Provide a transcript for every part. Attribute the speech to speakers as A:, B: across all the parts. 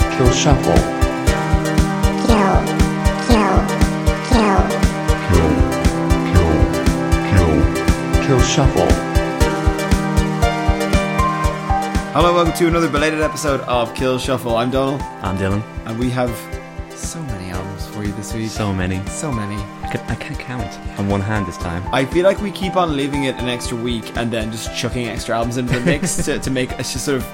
A: shuffle.
B: kill, kill, kill,
C: kill, kill, kill.
A: Kill shuffle.
D: Hello, welcome to another belated episode of Kill Shuffle. I'm Donald,
E: I'm Dylan.
D: and we have so many albums for you this week.
E: So many.
D: so many.
E: I, can, I can't count on one hand this time.
D: I feel like we keep on leaving it an extra week and then just chucking extra albums into the mix to, to make us just sort of,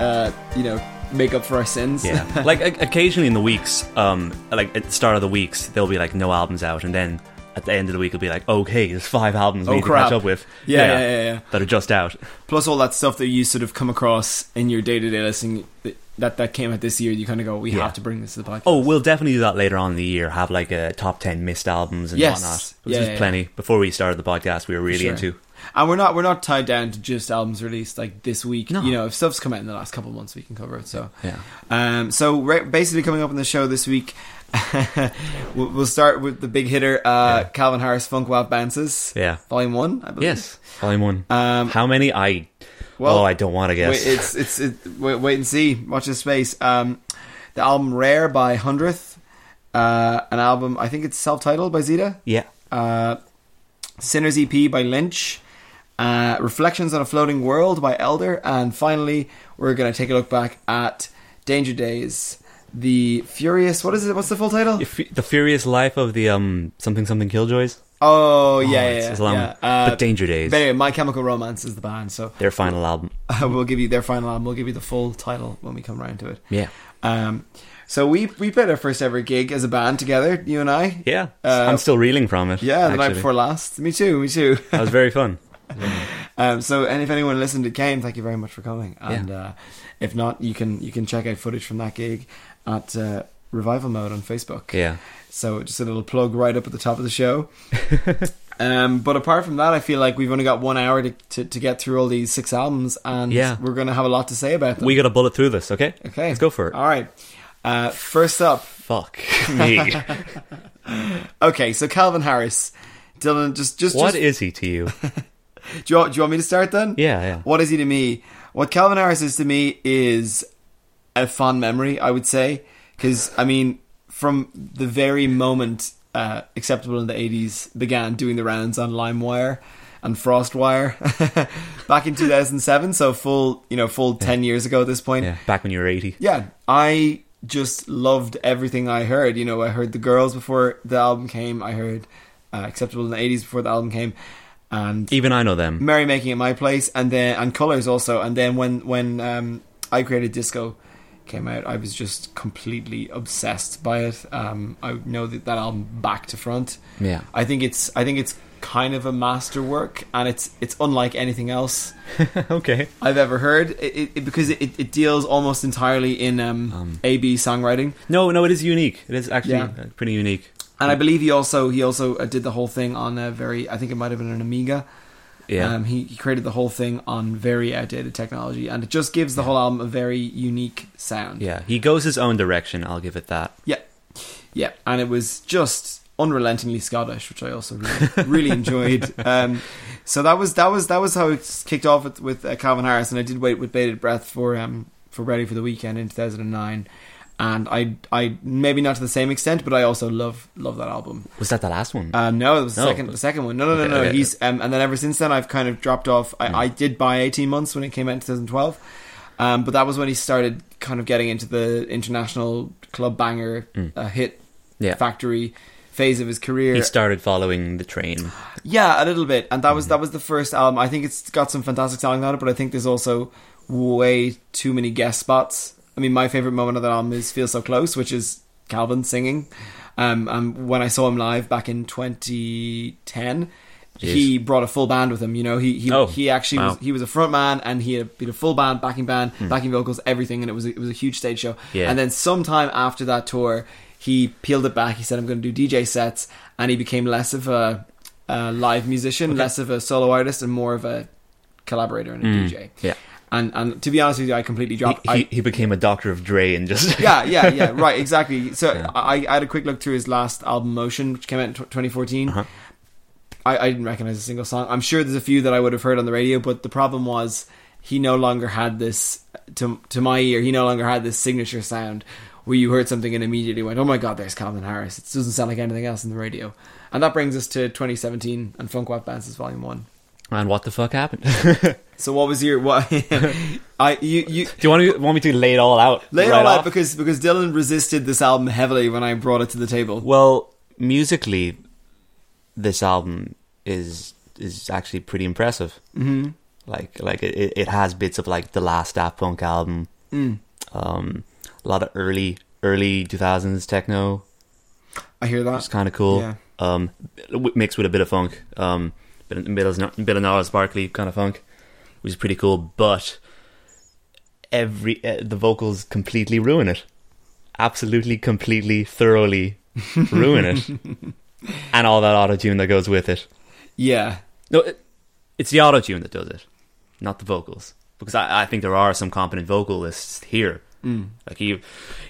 D: uh, you know, make up for our sins.
E: Yeah. like o- occasionally in the weeks, um, like at the start of the weeks, there'll be like no albums out, and then at the end of the week, it'll be like, okay, there's five albums we
D: Oh,
E: need
D: crap.
E: to catch up with.
D: Yeah, yeah, yeah, yeah.
E: That are just out.
D: Plus all that stuff that you sort of come across in your day to day listening that- that that came out this year. You kind of go, we
E: Yeah.
D: have to bring this to the podcast.
E: Oh, we'll definitely do that later on in the year. Have like a top ten missed albums and
D: Yes.
E: whatnot.
D: Yeah,
E: Which is
D: yeah,
E: plenty. Before we started the podcast, we were really
D: Sure.
E: into.
D: and we're not we're not tied down to just albums released like this week.
E: No.
D: You know, if stuff's come out in the last couple of months, we can cover it. So
E: Yeah.
D: Um, so re- basically, coming up on the show this week, we'll we'll start with the big hitter, uh, Calvin Harris, Funk Wap Bounces,
E: Yeah.
D: Volume One, I believe.
E: Yes. Volume one.
D: Um,
E: How many? I.
D: well,
E: oh, I don't want to guess.
D: Wait, it's it's it, wait, wait and see. Watch this space. Um, the album Rare by Hundredth, uh, an album I think it's self-titled by Zeta.
E: yeah.
D: Uh, Sinners EP by Lynch. Uh, Reflections on a Floating World by Elder. And finally, we're going to take a look back at Danger Days. The Furious. What is it? What's the full title?
E: If, the Furious Life of the um something something Killjoys.
D: oh, yeah. yeah,
E: it's-
D: yeah,
E: it's a long-
D: yeah. Uh,
E: but Danger Days.
D: But anyway, My Chemical Romance is the band. So
E: Their final album.
D: we'll give you their final album. We'll give you the full title when we come round to it.
E: Yeah.
D: Um, so we we played our first ever gig as a band together, you and I.
E: Yeah.
D: Uh,
E: I'm still reeling from it.
D: Yeah, the night
E: actually.
D: before last. Me too. Me too.
E: That was very fun.
D: Um, so, and if anyone listened to came, thank you very much for coming. And uh, if not, you can you can check out footage from that gig at uh, Revival Mode on Facebook.
E: Yeah.
D: So just a little plug right up at the top of the show. um, but apart from that, I feel like we've only got one hour to, to, to get through all these six albums, and
E: Yeah.
D: we're going to have a lot to say about them.
E: We got to bullet through this, okay?
D: okay,
E: Let's go for it.
D: All right. Uh, first up,
E: Fuck me.
D: okay. So Calvin Harris, Dylan, just just
E: what
D: just,
E: is he to you?
D: Do you, do you want me to start then?
E: Yeah, yeah.
D: What is he to me? What Calvin Harris is to me is a fond memory, I would say. Because, I mean, from the very moment uh, Acceptable in the 80s began doing the rounds on LimeWire and FrostWire back in 2007, so full, you know, full 10 years ago at this point.
E: Yeah, back when you were 80.
D: Yeah, I just loved everything I heard. You know, I heard The Girls before the album came, I heard uh, Acceptable in the 80s before the album came. And
E: Even I know them.
D: merrymaking at my place, and then and colors also. And then when when um, I created disco came out, I was just completely obsessed by it. Um, I know that, that album back to front.
E: Yeah.
D: I think it's I think it's kind of a masterwork, and it's it's unlike anything else
E: okay.
D: I've ever heard. It, it, it- because it, it deals almost entirely in um, AB songwriting.
E: No, no, it is unique. It is actually
D: Yeah.
E: uh, pretty unique.
D: And I believe he also he also uh, did the whole thing on a very I think it might have been an Amiga.
E: Yeah.
D: Um, he, he created the whole thing on very outdated technology, and it just gives the whole album a very unique sound.
E: yeah, he goes his own direction, I'll give it that.
D: yeah, yeah. And it was just unrelentingly Scottish, which I also really, really enjoyed. Um, so that was that was that was how it kicked off with, with uh, Calvin Harris, and I did wait with bated breath for um for Ready for the Weekend in 2009. And I, I maybe not to the same extent, but I also love love that album.
E: Was that the last one?
D: Uh, no, it was the
E: Mm. No.
D: second the second one. No, no, no,
E: Okay, Mm.
D: no.
E: okay.
D: He's um, and then ever since then, I've kind of dropped off. I, I did buy eighteen months when it came out in two thousand twelve, um, but that was when he started kind of getting into the international club banger uh, hit
E: Mm. Yeah.
D: factory phase of his career.
E: he started following the train.
D: Yeah, a little bit, and that was
E: Mm-hmm.
D: that was the first album. I think it's got some fantastic songs on it, but I think there's also way too many guest spots. I mean, my favorite moment of that album is "Feel So Close," which is Calvin singing. Um, um when I saw him live back in 2010, he brought a full band with him. You know, he he,
E: Oh,
D: he actually
E: wow.
D: was, he was a front man, and he had been a full band, backing band, backing vocals, everything, and it was a, it was a huge stage show.
E: Hmm. Yeah.
D: And then sometime after that tour, he peeled it back. He said, "I'm going to do DJ sets," and he became less of a, a live musician, less of a solo artist, and more of a collaborator and a DJ.
E: Hmm. yeah.
D: And and to be honest with you, I completely
E: He,
D: dropped.
E: he,
D: Uh, I,
E: he became a doctor of Dre and just.
D: yeah, yeah, yeah. Right, exactly. So I, I had a quick look through his last album, Motion, which came out in tw 2014. I, I didn't recognize a single song. I'm sure there's a few that I would have heard on the radio, but the problem was he no longer had this. To to my ear, he no longer had this signature sound, where you heard something and immediately went, "Oh my God, there's Calvin Harris." It doesn't sound like anything else in the radio. And that brings us to 2017 and Funk Wap Dances Volume One.
E: And what the fuck happened? Do
D: So what was your what? I you you
E: you want to, want me to lay it all out?
D: lay it
E: right
D: all out
E: off?
D: because because Dylan resisted this album heavily when I brought it to the table.
E: Well, musically, this album is is actually pretty impressive. Mm-hmm. Like like it- it, it has bits of like the last Daft Punk album, um, a lot of early early two thousands techno.
D: I hear that.
E: It's kind of cool.
D: Yeah.
E: Um, w- mixed with a bit of funk, um, bit of, bit of, bit of Gnarls Barkley kind of funk, which is pretty cool. But every uh, the vocals completely ruin it. Absolutely, completely, thoroughly ruin it, and all that auto tune that goes with it.
D: yeah.
E: No, it, it's the auto tune that does it, not the vocals. Because I, I think there are some competent vocalists here. Mm. Like he,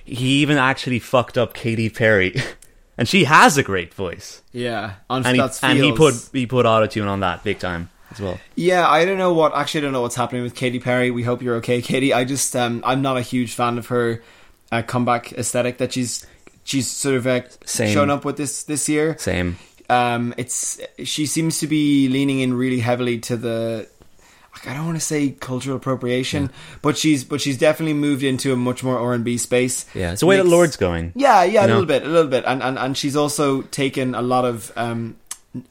E: he even actually fucked up Katy Perry, and she has a great voice.
D: Yeah, on
E: And he,
D: that's
E: and he put
D: Feels.
E: he put auto tune on that big time as well.
D: Yeah, I don't know what. Actually, I don't know what's happening with Katy Perry. We hope you're okay, Katy. I just, um, I'm not a huge fan of her uh, comeback aesthetic that she's she's sort of uh,
E: Same.
D: shown up with this this year.
E: Same.
D: Um, it's she seems to be leaning in really heavily to the. like, I don't want to say cultural appropriation, but she's but she's definitely moved into a much more R and B space.
E: Yeah, it's the way that
D: Mix-
E: Lord's going.
D: yeah, yeah, a
E: You know?
D: little bit, a little bit, and and and she's also taken a lot of um,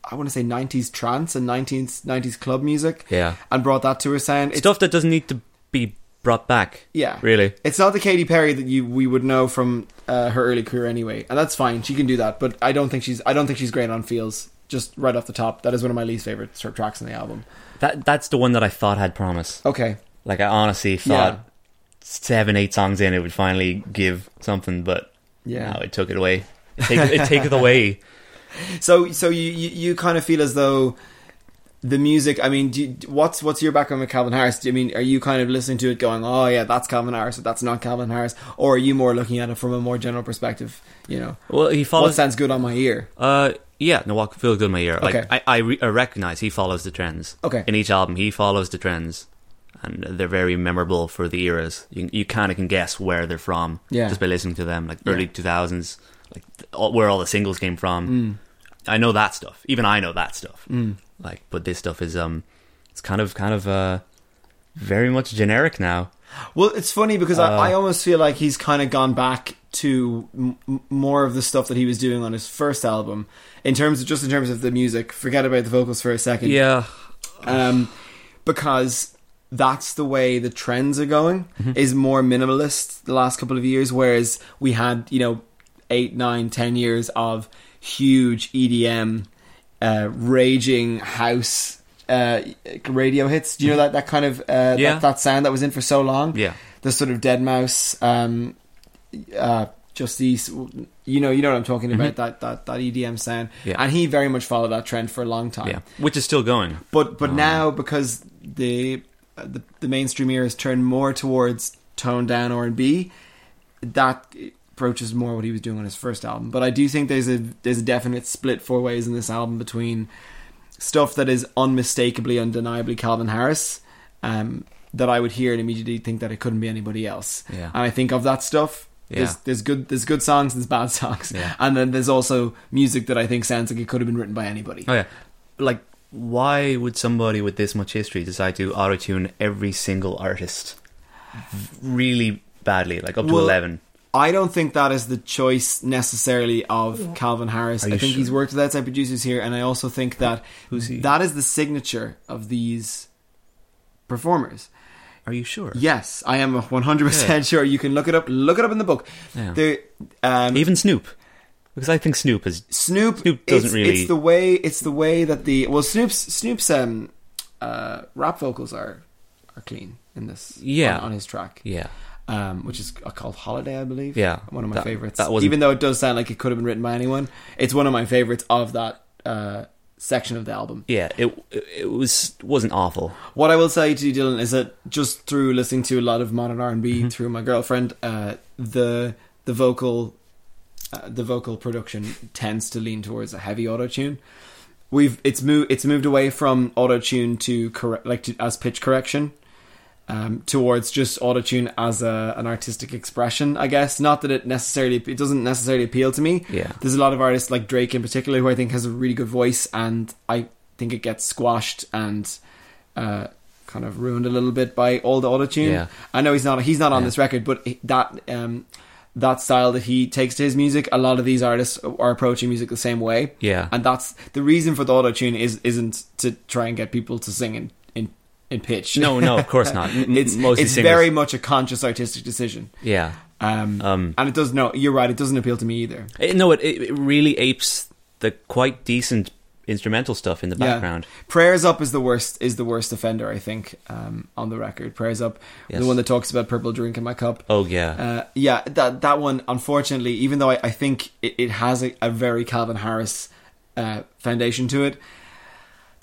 D: I want to say '90s trance and '90s '90s club music,
E: Yeah.
D: and brought that to her sound. It's,
E: stuff that doesn't need to be brought back.
D: yeah,
E: really.
D: it's not the Katy Perry that you we would know from uh, her early career anyway, and that's fine. She can do that, but I don't think she's I don't think she's great on feels. Just right off the top, that is one of my least favorite sort of tracks on the album.
E: That that's the one that I thought had promise.
D: Okay,
E: Like I honestly thought
D: Yeah.
E: seven, eight songs in it would finally give something, but
D: Yeah.
E: no, it took it away. It take it, take it away.
D: so so you you, you kind of feel as though. The music, I mean, do you, what's what's your background with Calvin Harris? Do you, I mean, are you kind of listening to it, going, "Oh yeah, that's Calvin Harris," or "That's not Calvin Harris," or are you more looking at it from a more general perspective? You know,
E: Well, he
D: what
E: follows.
D: sounds good on my ear?
E: Uh, yeah, no, walk feel good in my ear. Like
D: Okay.
E: I, I, re- I recognize he follows the trends.
D: Okay.
E: In each album, he follows the trends, and they're very memorable for the eras. You you kind of can guess where they're from.
D: Yeah.
E: Just by listening to them, like early two thousands, like th- all, where all the singles came from. I know that stuff. Even I know that stuff. Like, but this stuff is um, it's kind of kind of uh, very much generic now.
D: Well, it's funny because
E: Uh.
D: I, I almost feel like he's kind of gone back to m- m- more of the stuff that he was doing on his first album in terms of just in terms of the music. Forget about the vocals for a second.
E: Yeah.
D: um, because that's the way the trends are going
E: Mm-hmm.
D: is more minimalist the last couple of years whereas we had you know eight nine ten years of huge edm uh, raging house uh, radio hits do you know that, that kind of uh,
E: Mm-hmm. Yeah.
D: that, that sound that was in for so long
E: Yeah.
D: the sort of dead mouse um, uh, just these you know you know what i'm talking about that, that that edm sound
E: Mm-hmm. Yeah.
D: and he very much followed that trend for a long time
E: Yeah. Which is still going.
D: but but now because the, uh, the the mainstream ear has turned more towards toned down R and B, that approaches more what he was doing on his first album. But I do think there's a there's a definite split four ways in this album between stuff that is unmistakably, undeniably Calvin Harris, um, that I would hear and immediately think that it couldn't be anybody else.
E: Yeah.
D: And I think of that stuff. There's,
E: Yeah.
D: there's good there's good songs and there's bad songs
E: Yeah.
D: and then there's also music that I think sounds like it could have been written by anybody.
E: Oh yeah, like why would somebody with this much history decide to auto-tune every single artist v- really badly, like up to
D: Well,
E: eleven?
D: I don't think that is the choice necessarily of Calvin Harris. I
E: you
D: think
E: sure?
D: he's worked with outside producers here, and I also think that that is the signature of these performers.
E: Are you sure?
D: Yes, I am 100%
E: Yeah.
D: sure. You can look it up. Look it up in the book.
E: Yeah.
D: There, um,
E: Even Snoop, because I think Snoop is
D: Snoop,
E: Snoop
D: it's-
E: doesn't really-
D: It's the way. It's the way that the well Snoop's Snoop's um, uh, rap vocals are are clean in this.
E: Yeah.
D: on, on his track.
E: yeah,
D: um, which is called Holiday, I believe.
E: Yeah,
D: one of my
E: that-
D: favorites.
E: that wasn't-
D: Even though it does sound like it could have been written by anyone, it's one of my favorites of that uh, section of the album.
E: yeah. It it was wasn't awful.
D: What I will say to you, Dylan, is that just through listening to a lot of modern R and
E: Mm-hmm.
D: B through my girlfriend, uh, the the vocal uh, the vocal production tends to lean towards a heavy auto tune. We've it's moved it's moved away from auto tune to correct like to, as pitch correction. um, towards just autotune as a, an artistic expression, I guess. Not that it necessarily, it doesn't necessarily appeal to me.
E: Yeah.
D: There's a lot of artists like Drake in particular who I think has a really good voice and I think it gets squashed and uh, kind of ruined a little bit by all the autotune.
E: Yeah.
D: I know he's not, he's not on
E: Yeah.
D: this record, but he- that, um, that style that he takes to his music, a lot of these artists are approaching music the same way.
E: Yeah.
D: And that's the reason for the auto tune is isn't to try and get people to sing in in, in pitch.
E: No, no, of course not. M-
D: it's
E: mostly
D: it's
E: singers.
D: very much a conscious artistic decision.
E: yeah.
D: Um,
E: Um,
D: and it does no, you're right. It doesn't appeal to me either.
E: It- Eh, no, it, it it really apes the quite decent instrumental stuff in the background.
D: Yeah. Prayers up is the worst is the worst offender I think um, on the record. Prayers up,
E: Yes.
D: the one that talks about purple drink in my cup.
E: Oh yeah,
D: Uh, yeah, that that one, unfortunately, even though I, I think it, it has a, a very Calvin Harris uh, foundation to it,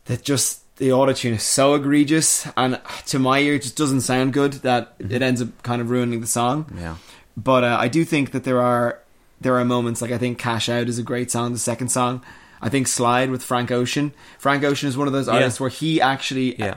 D: that just the autotune is so egregious and to my ear it just doesn't sound good that it ends up kind of ruining the song.
E: Mm-hmm. yeah,
D: But uh, I do think that there are there are moments like I think Cash Out is a great song, the second song. I think Slide with Frank Ocean. Frank Ocean is one of those artists where he actually,
E: Yeah.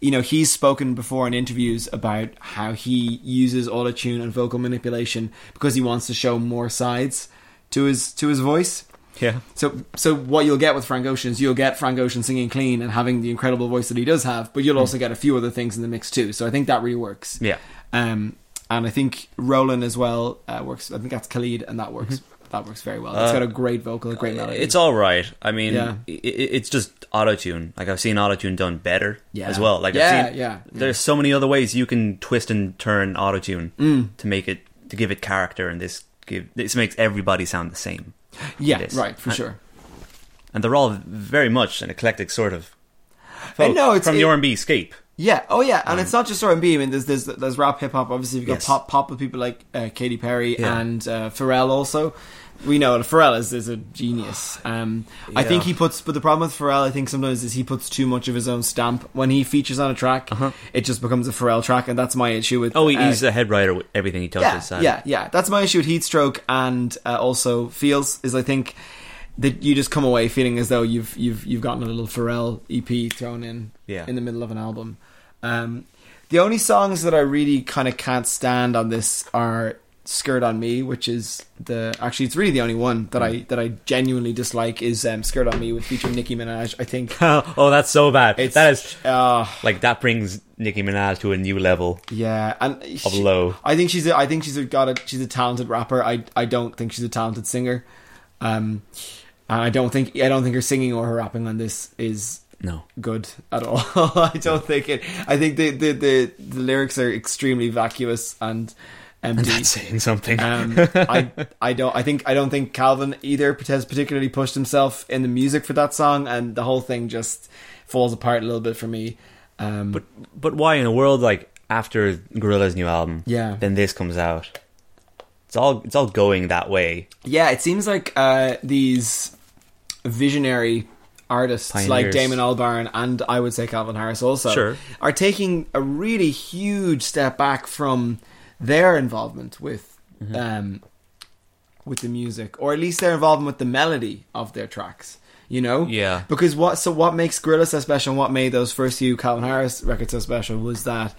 D: you know, he's spoken before in interviews about how he uses autotune and vocal manipulation because he wants to show more sides to his to his voice.
E: yeah.
D: So, so what you'll get with Frank Ocean is you'll get Frank Ocean singing clean and having the incredible voice that he does have, but you'll also get a few other things in the mix too. So I think that really works.
E: Hmm. Yeah.
D: Um, and I think Roland as well uh, works. I think that's Khalid, and that works. That works very well. It's got a great vocal, a great melody.
E: Mm-hmm. Uh, It's all right. I mean,
D: Yeah.
E: i i- it's just auto tune. Like I've seen auto tune done better
D: Yeah.
E: as well. Like
D: Yeah,
E: I've seen,
D: yeah, yeah.
E: There's so many other ways you can twist and turn auto tune to make it to give it character, and this give this makes everybody sound the same.
D: yeah,
E: this. Uh,
D: right for
E: And-
D: sure.
E: And they're all very much an eclectic sort of.
D: I know, it's-
E: from
D: it-
E: the R and B scape.
D: Yeah. Oh, yeah. And it's not just R and B. I mean, there's there's there's rap, hip hop. Obviously, you've got
E: Um, Yes.
D: pop pop with people like uh, Katy Perry
E: Yeah.
D: and uh, Pharrell. Also, we know that Pharrell is, is a genius. Um, I think
E: Yeah.
D: he puts. But the problem with Pharrell, I think sometimes is he puts too much of his own stamp when he features on a track. It just becomes a Pharrell track, and that's my issue with.
E: Uh-huh. Oh, he-
D: uh,
E: he's a head writer with everything he
D: yeah,
E: touches. uh,
D: yeah, yeah. That's my issue with Heatstroke and uh, also Feels is I think that you just come away feeling as though you've you've you've gotten a little Pharrell EP thrown in
E: Yeah.
D: in the middle of an album. Um, the only songs that I really kind of can't stand on this are "Skirt on Me," which is the actually it's really the only one that I that I genuinely dislike is um, "Skirt on Me" with featuring Nicki Minaj. I think
E: oh, that's so bad.
D: it's
E: that is
D: uh,
E: like that brings Nicki Minaj to a new level.
D: Yeah, and
E: Of low.
D: I think she's. A, I think she's a, got a. She's a talented rapper. I. I don't think she's a talented singer. Um, and I don't think. I don't think her singing or her rapping on this is
E: No,
D: good at all. I don't think it. I think the the the, the lyrics are extremely vacuous and empty.
E: that's saying something.
D: Um, I I don't I think I don't think Calvin either has particularly pushed himself in the music for that song, and the whole thing just falls apart a little bit for me. Um,
E: But but why in a world like after Gorilla's new album?
D: Yeah.
E: Then this comes out. It's all it's all going that way.
D: Yeah, it seems like uh, these visionary artists like
E: Pioneers.
D: Damon Albarn and I would say Calvin Harris also
E: Sure.
D: are taking a really huge step back from their involvement with
E: Mm-hmm.
D: um, with the music, or at least their involvement with the melody of their tracks. You know,
E: Yeah.
D: Because what so what makes Gorilla so special, and what made those first few Calvin Harris records so special was that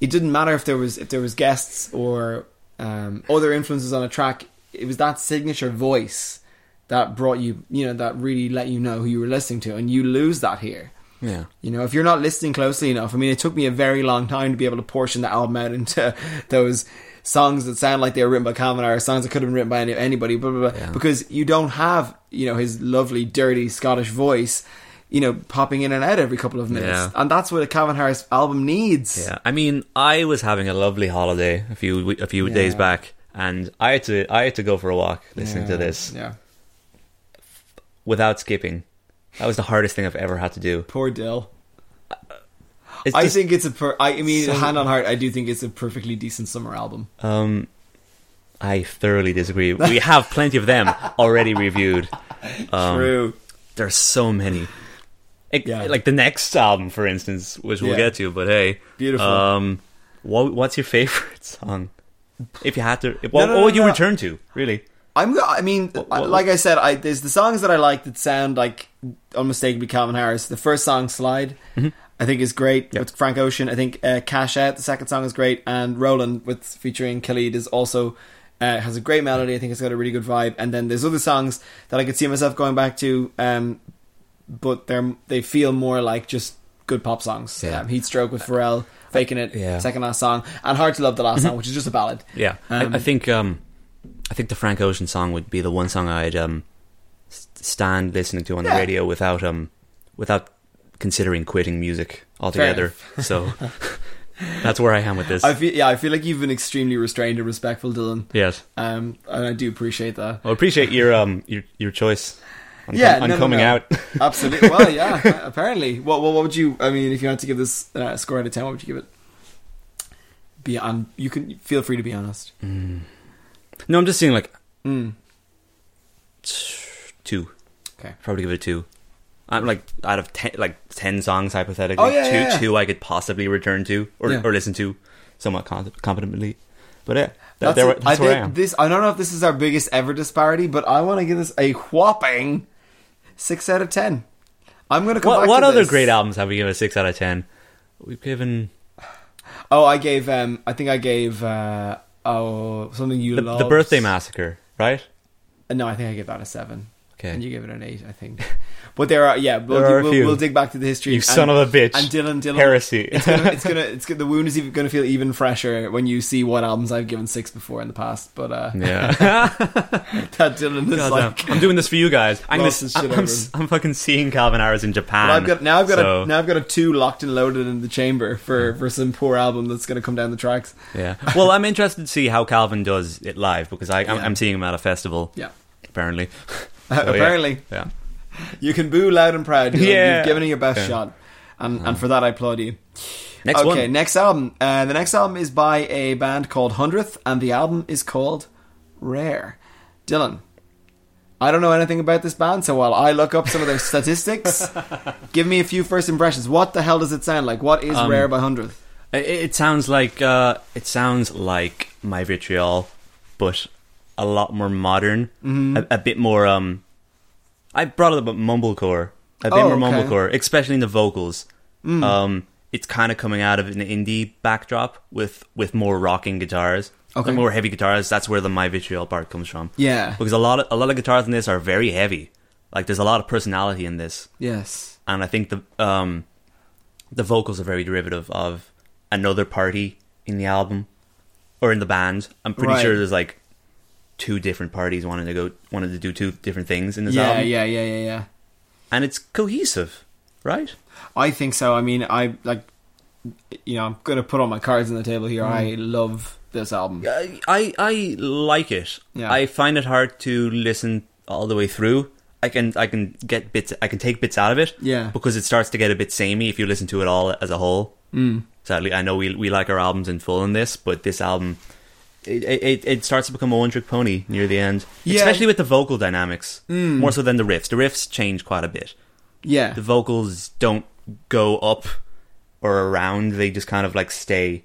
D: it didn't matter if there was if there was guests or um, other influences on a track. It was that signature voice that brought you, you know, that really let you know who you were listening to, and you lose that here.
E: Yeah.
D: You know, if you're not listening closely enough, I mean, it took me a very long time to be able to portion the album out into those songs that sound like they were written by Calvin or songs that could have been written by any, anybody, blah, blah, blah. Because you don't have, you know, his lovely, dirty Scottish voice, you know, popping in and out every couple of minutes.
E: Yeah.
D: And that's what a Calvin Harris album needs.
E: Yeah. I mean, I was having a lovely holiday a few we- a few days
D: Yeah.
E: back, and I had to I had to go for a walk listening to this
D: Yeah.
E: without skipping. That was the hardest thing I've ever had to do.
D: Poor Dill.
E: It's
D: I
E: just-
D: think it's a per- I, I mean,
E: So-
D: hand on heart, I do think it's a perfectly decent summer album.
E: um, I thoroughly disagree. We have plenty of them already reviewed. Um,
D: True.
E: There's so many. It-
D: Yeah.
E: Like the next album, for instance, which we'll
D: Yeah.
E: get to. But hey,
D: Beautiful.
E: Um, what, what's your favorite song? If you had to, if, what,
D: no,
E: what would
D: no,
E: you
D: no.
E: return to? Really?
D: I'm. go- I mean, I-
E: what-
D: like I said, I
E: Mm-hmm.
D: there's the songs that I like that sound like unmistakably Calvin Harris. The first song, "Slide," I think is great
E: Yeah.
D: with Frank Ocean. I think uh, Cash Out, the second song, is great, and Roland with featuring Khalid is also uh, has a great melody. I think it's got a really good vibe. And then there's other songs that I could see myself going back to, um, but they're they feel more like just good pop songs.
E: Yeah. Uh,
D: Um, Heatstroke with Pharrell, Faking It,
E: Yeah. Mm-hmm.
D: second last song, and Hard to Love the last song, which is just a ballad.
E: Yeah,
D: Um,
E: I, I think um, I think the Frank Ocean song would be the one song I'd um, s- stand listening to on
D: Yeah.
E: the radio without um, without considering quitting music altogether. So that's where I am with this.
D: I feel yeah, I feel like you've been extremely restrained and respectful, Dylan.
E: yes,
D: Um, and I do appreciate that.
E: I appreciate your um your your choice. On
D: Yeah,
E: com- on
D: no, no,
E: coming
D: no.
E: out.
D: Absolutely. Well, yeah. apparently, what, what what would you? I mean, if you had to give this uh, score out of ten, what would you give it? Be on. You can feel free to be honest.
E: no, I'm just seeing like
D: Mm.
E: two.
D: Okay.
E: probably give it a two. I'm like out of ten, like ten songs hypothetically,
D: Oh, yeah,
E: two,
D: yeah, yeah.
E: two I could possibly return to or,
D: Yeah.
E: or listen to somewhat con- competently. But yeah,
D: That's,
E: that's, there,
D: it.
E: that's
D: I
E: where I
D: think
E: am.
D: This I don't know if this is our biggest ever disparity, but I want to give this a whopping six out of ten. I'm gonna come
E: what
D: back
E: what
D: to
E: other
D: this.
E: great albums have we given a six out of ten? We've given
D: Oh, I gave. Um, I think I gave. Uh, oh, something you
E: the,
D: love.
E: the Birthday Massacre, right?
D: Uh, No, I think I gave that a seven.
E: Okay.
D: And you gave it an eight, I think. But there are, yeah, we'll,
E: There are a
D: we'll,
E: few.
D: we'll dig back to the history.
E: You son of a bitch.
D: And Dylan, Dylan,
E: Heresy.
D: It's gonna, it's gonna, it's gonna, the wound is even gonna feel even fresher when you see what albums I've given six before in the past. But uh,
E: Yeah,
D: that Dylan is
E: God
D: like.
E: damn. I'm doing this for you guys. I'm, gonna,
D: Lost his
E: s-
D: shit
E: I'm,
D: over
E: I'm, s- I'm fucking seeing Calvin Harris in Japan.
D: But I've got now. I've got
E: so-
D: a now. I've got a two locked and loaded in the chamber for for some poor album that's going to come down the tracks.
E: Yeah. Well, I'm interested to see how Calvin does it live because I, I'm,
D: Yeah.
E: I'm seeing him at a festival.
D: Yeah. Uh,
E: Apparently. So, yeah.
D: Apparently,
E: Yeah.
D: you can boo loud and proud. Dylan.
E: Yeah. Uh-huh.
D: You've given it your best
E: Yeah.
D: shot, and and for that I applaud you.
E: Next
D: okay,
E: one.
D: next album. Uh, the next album is by a band called Hundredth, and the album is called Rare. Dylan, I don't know anything about this band, so while I look up some of their statistics, give me a few first impressions. What the hell does it sound like? What is
E: Um,
D: Rare by Hundredth?
E: It, it sounds like uh, it sounds like my vitriol, but a lot more modern,
D: Mm-hmm.
E: a, a bit more. Um, I brought it up at mumblecore, a bit
D: Oh,
E: more
D: okay. Mm.
E: mumblecore, especially in the vocals. Um, it's kind of coming out of an indie backdrop with with more rocking guitars,
D: Okay.
E: more heavy guitars. That's where the my vitriol part comes from.
D: Yeah.
E: because a lot of a lot of guitars in this are very heavy. Like there's a lot of personality in this
D: Yes.
E: and I think the um, the vocals are very derivative of another party in the album or in the band. I'm pretty
D: Right.
E: sure there's like two different parties wanting to go wanted to do two different things in this
D: Yeah,
E: album,
D: yeah, yeah, yeah, yeah.
E: and it's cohesive, right?
D: I think so. I mean, I like, you know, I'm going to put all my cards on the table here.
E: Mm.
D: I love this album.
E: I I, I like it.
D: Yeah.
E: I find it hard to listen all the way through. I can I can get bits I can take bits out of it.
D: Yeah.
E: Because it starts to get a bit samey if you listen to it all as a whole. Mm. Sadly, I know we we like our albums in full in this, but this album it it, it starts to become a one trick pony near the end.
D: Yeah. Mm.
E: Especially with the vocal dynamics. More so than the riffs. The riffs change quite a bit.
D: Yeah.
E: The vocals don't go up or around, they just kind of like stay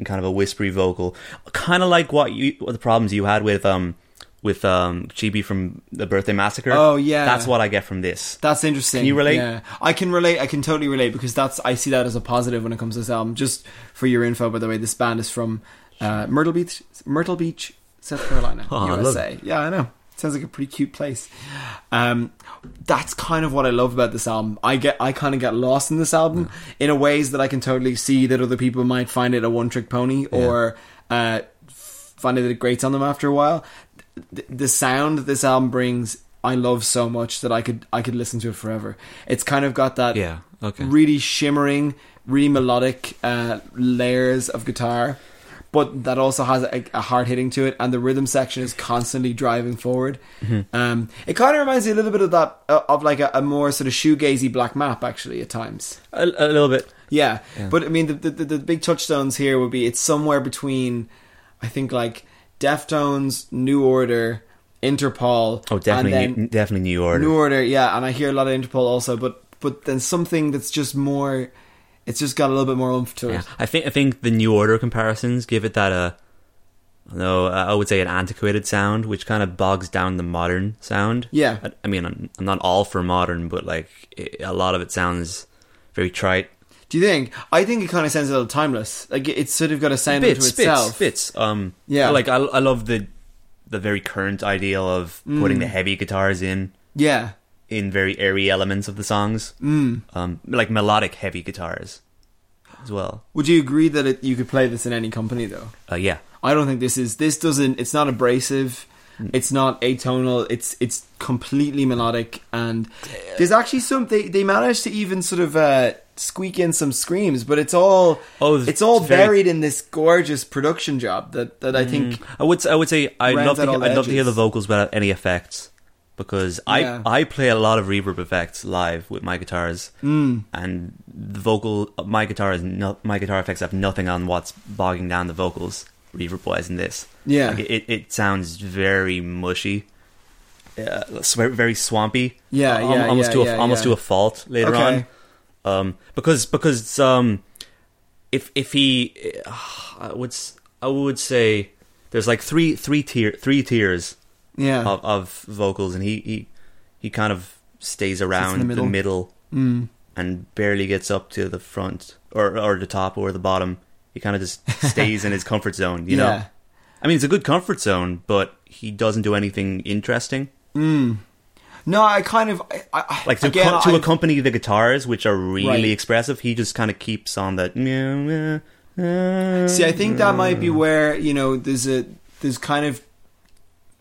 E: in kind of a whispery vocal. Kinda like what you what the problems you had with um with um Chibi from the birthday massacre.
D: Oh, yeah.
E: That's what I get from this.
D: That's interesting.
E: Can you relate?
D: Yeah, I can relate. I can totally relate because that's I see that as a positive when it comes to this album. Just for your info, by the way, this band is from uh, Myrtle Beach, Myrtle Beach, South Carolina,
E: Oh, I love
D: USA. yeah, I know. Sounds like a pretty cute place. Um, that's kind of what I love about this album. I get, I kind of get lost in this album in a ways that I can totally see that other people might find it a one-trick pony or uh, find it grates on them after a while. Th- The sound that this album brings, I love so much that I could I could listen to it forever. It's kind of got that
E: Yeah, okay.
D: really shimmering, really melodic uh, layers of guitar, but that also has a, a hard hitting to it, and the rhythm section is constantly driving forward.
E: Mm-hmm.
D: Um, it kind of reminds me a little bit of that uh, of like a, a more sort of shoegazy Black Map actually at times.
E: A, a little bit.
D: Yeah. But I mean, the, the, the, the big touchstones here would be it's somewhere between, I think, like Deftones, New Order, Interpol.
E: Oh, definitely,
D: and then
E: New, definitely New Order.
D: New Order, yeah. And I hear a lot of Interpol also, but but then something that's just more, it's just got a little bit more oomph to it.
E: Yeah. I think I think the New Order comparisons give it that uh, no, uh, I would say an antiquated sound, which kind of bogs down the modern sound.
D: Yeah.
E: I, I mean, I'm, I'm not all for modern, but like i a a lot of it sounds very trite.
D: Do you think? I think it kind of sounds a little timeless. Like it- it's sort of got a sound
E: bits,
D: unto itself.
E: bits, bits. Um,
D: Yeah.
E: yeah, like I, I love the the very current ideal of putting the heavy guitars in
D: Yeah,
E: in very airy elements of the songs, mm. um, like melodic heavy guitars as well.
D: Would you agree that it, you could play this in any company though?
E: Uh, yeah,
D: I don't think this is this doesn't it's not abrasive.
E: Hmm.
D: It's not atonal. It's it's completely melodic and there's actually some they they managed to even sort of uh squeak in some screams, but it's all
E: Oh, it's
D: it's all
E: very- Mm.
D: buried in this gorgeous production job that that I think
E: I would s- I would say I
D: Rounds
E: love to,
D: out all
E: he-
D: the
E: I'd love to hear the
D: edges.
E: vocals without any effects because
D: Yeah.
E: I I play a lot of reverb effects live with my guitars
D: Mm.
E: and the vocal my guitar is not my guitar effects have nothing on what's bogging down the vocals reverb wise in this
D: Yeah.
E: like it it sounds very mushy yeah it's very- very swampy
D: Yeah,
E: al-
D: yeah,
E: almost
D: yeah,
E: to a,
D: yeah,
E: almost
D: yeah.
E: to a fault later
D: Okay.
E: on um because because um if if he uh, I would s- I would say there's like three three tier three tiers
D: yeah
E: of, of vocals, and he, he he kind of stays around
D: middle. Mm.
E: the middle and barely gets up to the front or or the top or the bottom. He kind of just stays in his comfort zone, you know.
D: Yeah.
E: I mean, it's a good comfort zone, but he doesn't do anything interesting.
D: no I kind of I, I,
E: Like to,
D: again,
E: co- to
D: I-
E: accompany the guitars, which are really
D: Right.
E: expressive, he just kind of keeps on that.
D: See, I think that might be where you know there's a there's kind of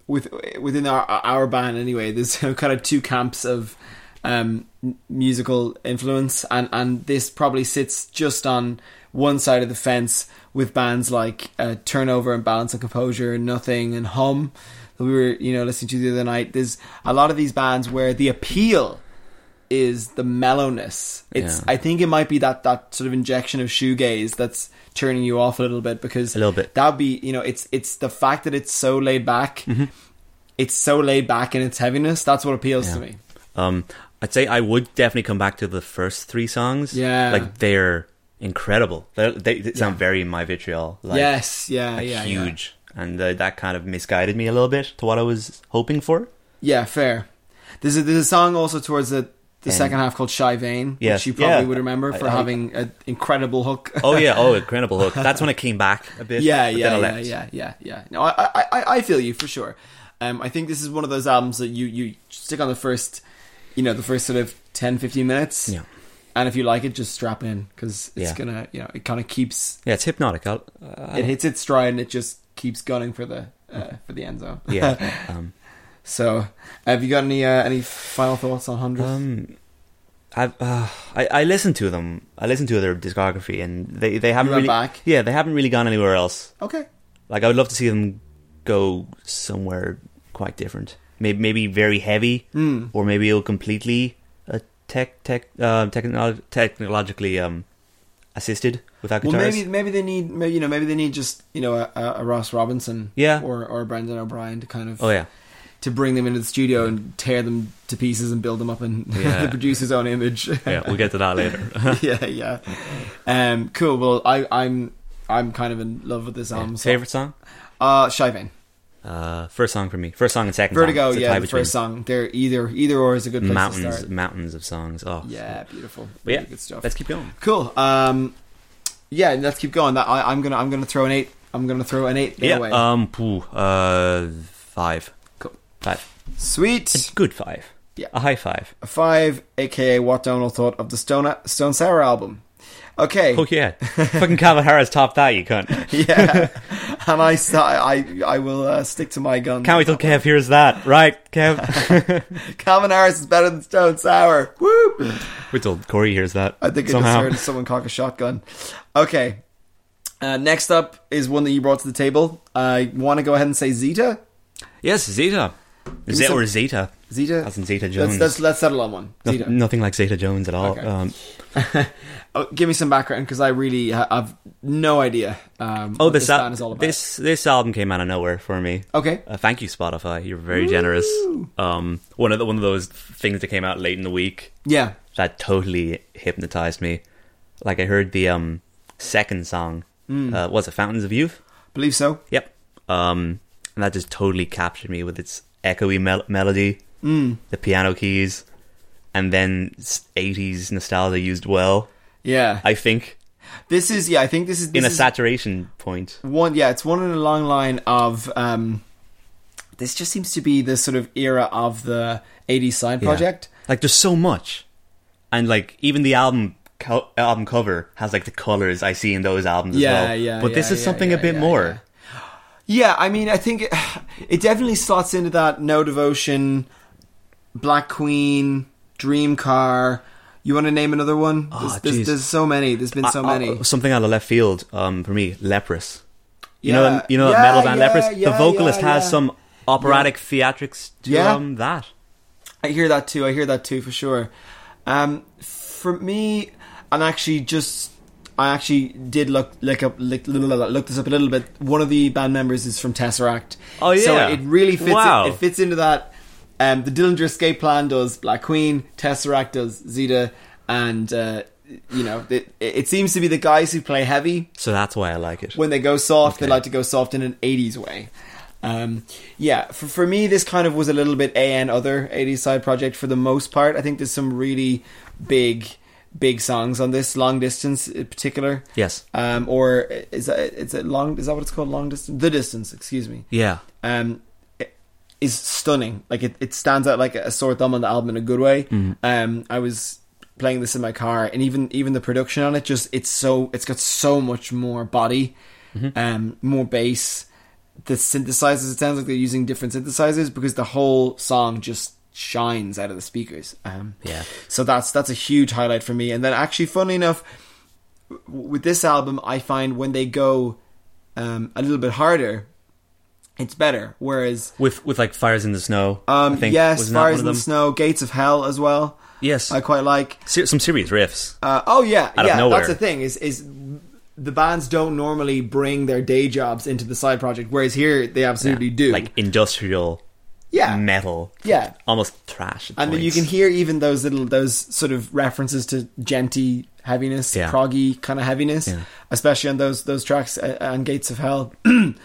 D: with within our our band anyway. There's kind of two camps of um, m- musical influence, and and this probably sits just on one side of the fence with bands like uh, Turnover and Balance and Composure and Nothing and Hum that we were you know listening to the other night. There's a lot of these bands where the appeal is the mellowness. It's
E: Yeah.
D: I think it might be that that sort of injection of shoegaze that's turning you off a little bit because
E: A little bit.
D: that'd be you know it's it's the fact that it's so laid back.
E: Mm-hmm.
D: It's so laid back in its heaviness. That's what appeals to
E: Yeah.
D: me.
E: Um, I'd say I would definitely come back to the first three songs.
D: Yeah.
E: like they're incredible. They're, they, they sound very my vitriol. Like,
D: yes, yeah,
E: like
D: yeah, yeah.
E: huge, and uh, that kind of misguided me a little bit to what I was hoping for.
D: Yeah, fair. There's a, there's a song also towards the, the
E: And-
D: second half called Shy Vein,
E: Yeah,
D: which you probably
E: yeah.
D: would remember
E: I-
D: for
E: I-
D: having an incredible hook.
E: Oh yeah, oh incredible hook. That's when I came back a bit.
D: yeah,
E: but
D: yeah,
E: then I
D: yeah,
E: left.
D: yeah, yeah, yeah. No, I, I, I- I feel you for sure. Um, I think this is one of those albums that you, you stick on the first, you know, the first sort of 10, 15 minutes.
E: Yeah.
D: And if you like it, just strap in because it's
E: Yeah.
D: gonna, you know, it kind of keeps
E: Yeah, it's hypnotic. I'll, uh,
D: it hits its stride and it just keeps gunning for the uh, for the end zone.
E: yeah. Um,
D: So, have you got any uh, any final thoughts on hundreds?
E: um, I've, uh, I I listened to them. I listened to their discography, and they they haven't
D: went
E: really
D: back?
E: yeah they haven't really gone anywhere else.
D: okay.
E: Like I would love to see them go somewhere quite different. Maybe maybe very heavy,
D: Mm.
E: or maybe it'll completely uh, tech tech uh, technolo- technologically um, assisted without
D: Well,
E: guitars.
D: maybe maybe they need maybe you know maybe they need just you know a, a Ross Robinson
E: Yeah.
D: or or Brendan O'Brien to kind of
E: oh yeah,
D: to bring them into the studio and tear them to pieces and build them up in
E: Yeah.
D: the producer's own image.
E: yeah. We'll get to that later.
D: yeah, yeah. Um, cool. Well, I, I'm I'm kind of in love with this album. so-
E: Favorite song?
D: Uh, Shivane.
E: Uh, first song for me. First song and second.
D: Vertigo.
E: Song. It's a
D: Yeah,
E: tie
D: the
E: between
D: first song. They're either either or is a good place to
E: Mountains,
D: start.
E: mountains of songs. Oh
D: Yeah, beautiful.
E: But yeah,
D: Really good stuff.
E: Let's keep going.
D: Cool. Um, yeah, let's keep going. That, I, I'm gonna I'm gonna throw an eight. I'm gonna throw an eight. their
E: yeah.
D: way.
E: Um. phew, uh. Five.
D: Cool.
E: Five.
D: Sweet.
E: Good five.
D: Yeah.
E: A high five.
D: A five, aka what Donald thought of the Stone Stone Sour album. Okay.
E: Oh yeah. Fucking Calvin Harris topped that. You cunt.
D: yeah, and I st- I I will uh, stick to my guns.
E: Can't wait till Kev hears that. Right, Kev.
D: Calvin Harris is better than Stone Sour. Woo!
E: wait till Corey hears that.
D: I think I
E: somehow.
D: just heard someone cock a shotgun. Okay. Uh, next up is one that you brought to the table. I want to go ahead and say Zeta.
E: Yes, Zeta. Zeta
D: some-
E: or Zeta.
D: Zeta.
E: As in Zeta
D: Let's,
E: Jones.
D: let's, let's settle on one.
E: No-
D: Zeta.
E: nothing like Zeta Jones at all.
D: Okay.
E: Um,
D: Oh, give me some background because I really ha- I've no idea. Um,
E: oh,
D: what
E: this,
D: this
E: al-
D: band is all about. Oh.
E: this this album came out of nowhere for me.
D: Okay.
E: Uh, thank you, Spotify. You're very generous. Um, one of the, one of those things that came out late in the week
D: Yeah.
E: that totally hypnotized me. Like I heard the um, second song.
D: Mm.
E: Uh, was it Fountains of Youth?
D: Believe so.
E: Yep. Um, and that just totally captured me with its echoey mel- melody,
D: Mm.
E: the piano keys, and then s- 80s nostalgia used well.
D: Yeah.
E: I think
D: this is yeah, I think this is this
E: in a
D: is
E: saturation point.
D: one yeah, it's one in a long line of um this just seems to be the sort of era of the 80s side
E: Yeah.
D: project.
E: Like there's so much, and like even the album co- album cover has like the colors I see in those albums as
D: Yeah,
E: well.
D: yeah,
E: But this
D: yeah,
E: is
D: yeah,
E: something
D: yeah,
E: a bit
D: yeah,
E: more.
D: yeah. Yeah, I mean, I think it, it definitely slots into that No Devotion, Black Queen, Dream Car. You want to name another one? there's, there's,
E: Ah, jeez.
D: there's so many. There's been so
E: I- I-
D: many.
E: something out of left field um, for me, Leprous. You
D: Yeah.
E: know, that- you know that
D: Yeah,
E: metal band
D: yeah,
E: Leprous.
D: yeah,
E: the vocalist
D: yeah,
E: has
D: yeah.
E: some operatic theatrics to
D: Yeah.
E: um, that.
D: I hear that too. I hear that too for sure. Um, for me, and actually, just I actually did look look up look, look, look look this up a little bit. One of the band members is from Tesseract.
E: Oh,
D: so
E: yeah.
D: it really fits.
E: Wow.
D: It, it fits into that. Um, the Dillinger Escape Plan does Black Queen, Tesseract does Zeta, and uh, you know it, it seems to be the guys who play heavy
E: So that's why I like it.
D: when they go soft, they
E: Okay.
D: like to go soft in an 80s way. Um, yeah, for, for me, this kind of was a little bit AN other 80s side project for the most part. I think there's some really big, big songs on this, Long Distance in particular.
E: yes.
D: Um, or is that, is it long, is that what it's called? Long Distance? The Distance, excuse me.
E: Yeah.
D: Um, it- is stunning. Like it, it stands out like a sore thumb on the album in a good way. Um, I was playing this in my car, and even even the production on it, just it's so it's got so much more body, um, more bass. The synthesizers. It sounds like they're using different synthesizers because the whole song just shines out of the speakers. Um,
E: Yeah.
D: So that's that's a huge highlight for me. And then actually, funnily enough, w- with this album, I find when they go um, a little bit harder, it's better. Whereas
E: With with like fires in the snow. I
D: um,
E: think.
D: yes,
E: Wasn't that
D: Fires in
E: one of
D: the
E: them?
D: Snow, Gates of Hell as well.
E: Yes.
D: I quite like.
E: Ser- some serious riffs.
D: Uh, oh yeah,
E: Out of
D: yeah.
E: nowhere.
D: That's the thing is is the bands don't normally bring their day jobs into the side project, whereas here they absolutely do.
E: Like industrial
D: yeah,
E: metal.
D: Yeah.
E: Almost trash. at
D: and then you
E: points.
D: can hear even those little those sort of references to genty heaviness,
E: Yeah.
D: proggy kind of heaviness,
E: Yeah.
D: especially on those those tracks uh, on Gates of Hell. and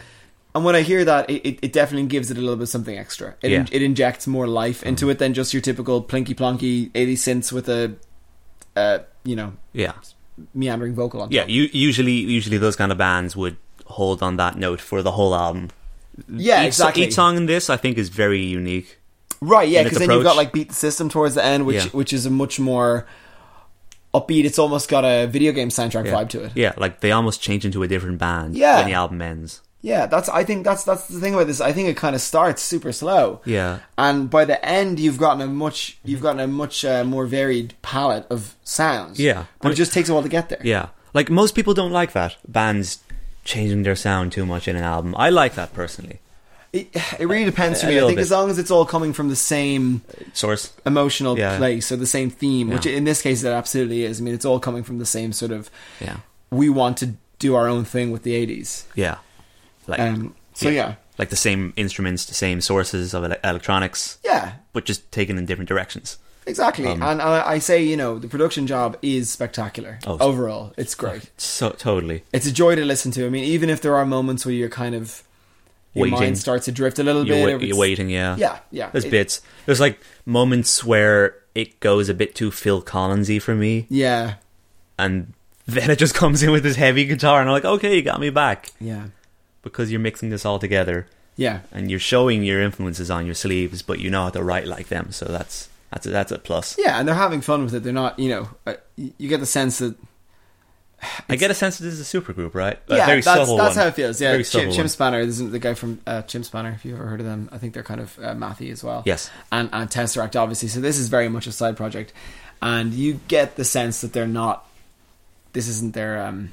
D: when I hear that, it, it- it definitely gives it a little bit something extra. It, in-
E: Yeah. Mm-hmm.
D: it injects more life into it than just your typical plinky plonky eighty cents with a, uh, you know,
E: Yeah.
D: meandering vocal on.
E: Yeah. e-,
D: top.
E: You usually usually those kind of bands would hold on that note for the whole album.
D: yeah,
E: each,
D: exactly.
E: Each song in this, I think, is very unique.
D: Right, yeah,
E: in its
D: because then you've got
E: approach.
D: like beat the system towards the end, which
E: Yeah.
D: which is a much more upbeat. It's almost got a video game soundtrack vibe to it.
E: Yeah, like they almost change into a different band
D: Yeah.
E: when the album ends.
D: Yeah, that's I think that's that's the thing about this. I think it kind of starts super slow.
E: Yeah.
D: And by the end you've gotten a much you've gotten a much uh, more varied palette of sounds.
E: Yeah.
D: But it just takes a while to get there.
E: Yeah. Like most people don't like that. Bands changing their sound too much in an album. I like that personally.
D: It, it really depends for
E: A
D: me. I
E: little
D: think
E: bit.
D: as long as it's all coming from the same
E: Source.
D: emotional
E: Yeah.
D: place or the same theme, which
E: Yeah.
D: in this case it absolutely is. I mean, it's all coming from the same sort of
E: Yeah.
D: we want to do our own thing with the 80s.
E: Yeah. Like
D: Um, so yeah.
E: Like the same instruments, the same sources of ele- electronics,
D: Yeah.
E: but just taken in different directions.
D: Exactly,
E: Um,
D: and and I I say you know the production job is spectacular.
E: Oh, it's-
D: Overall, it's great.
E: So totally.
D: it's a joy to listen to. I mean, even if there are moments where you're kind of your
E: Waiting.
D: mind starts to drift a little
E: You're,
D: bit,
E: wai-
D: or it's-
E: you're waiting, yeah.
D: Yeah, yeah.
E: There's
D: It-
E: bits. There's like moments where it goes a bit too Phil Collinsy for me,
D: Yeah,
E: and then it just comes in with this heavy guitar, and I'm like, okay, you got me back.
D: yeah,
E: because you're mixing this all together
D: yeah,
E: and you're showing your influences on your sleeves, but you know how to write like them. So that's that's a, that's a plus.
D: yeah. And they're having fun with it. They're not, you know, uh, y- you get the sense that
E: I get a sense that this is a supergroup, right? A
D: yeah,
E: very
D: that's
E: subtle
D: that's
E: one.
D: how it feels. Yeah,
E: very
D: Chim,
E: subtle
D: Chim
E: one.
D: Spanner. This is the guy from uh, Chim Spanner. If you've ever heard of them, I think they're kind of uh, mathy as well.
E: Yes.
D: and and Tesseract obviously. So this is very much a side project, and you get the sense that they're not. This isn't their um,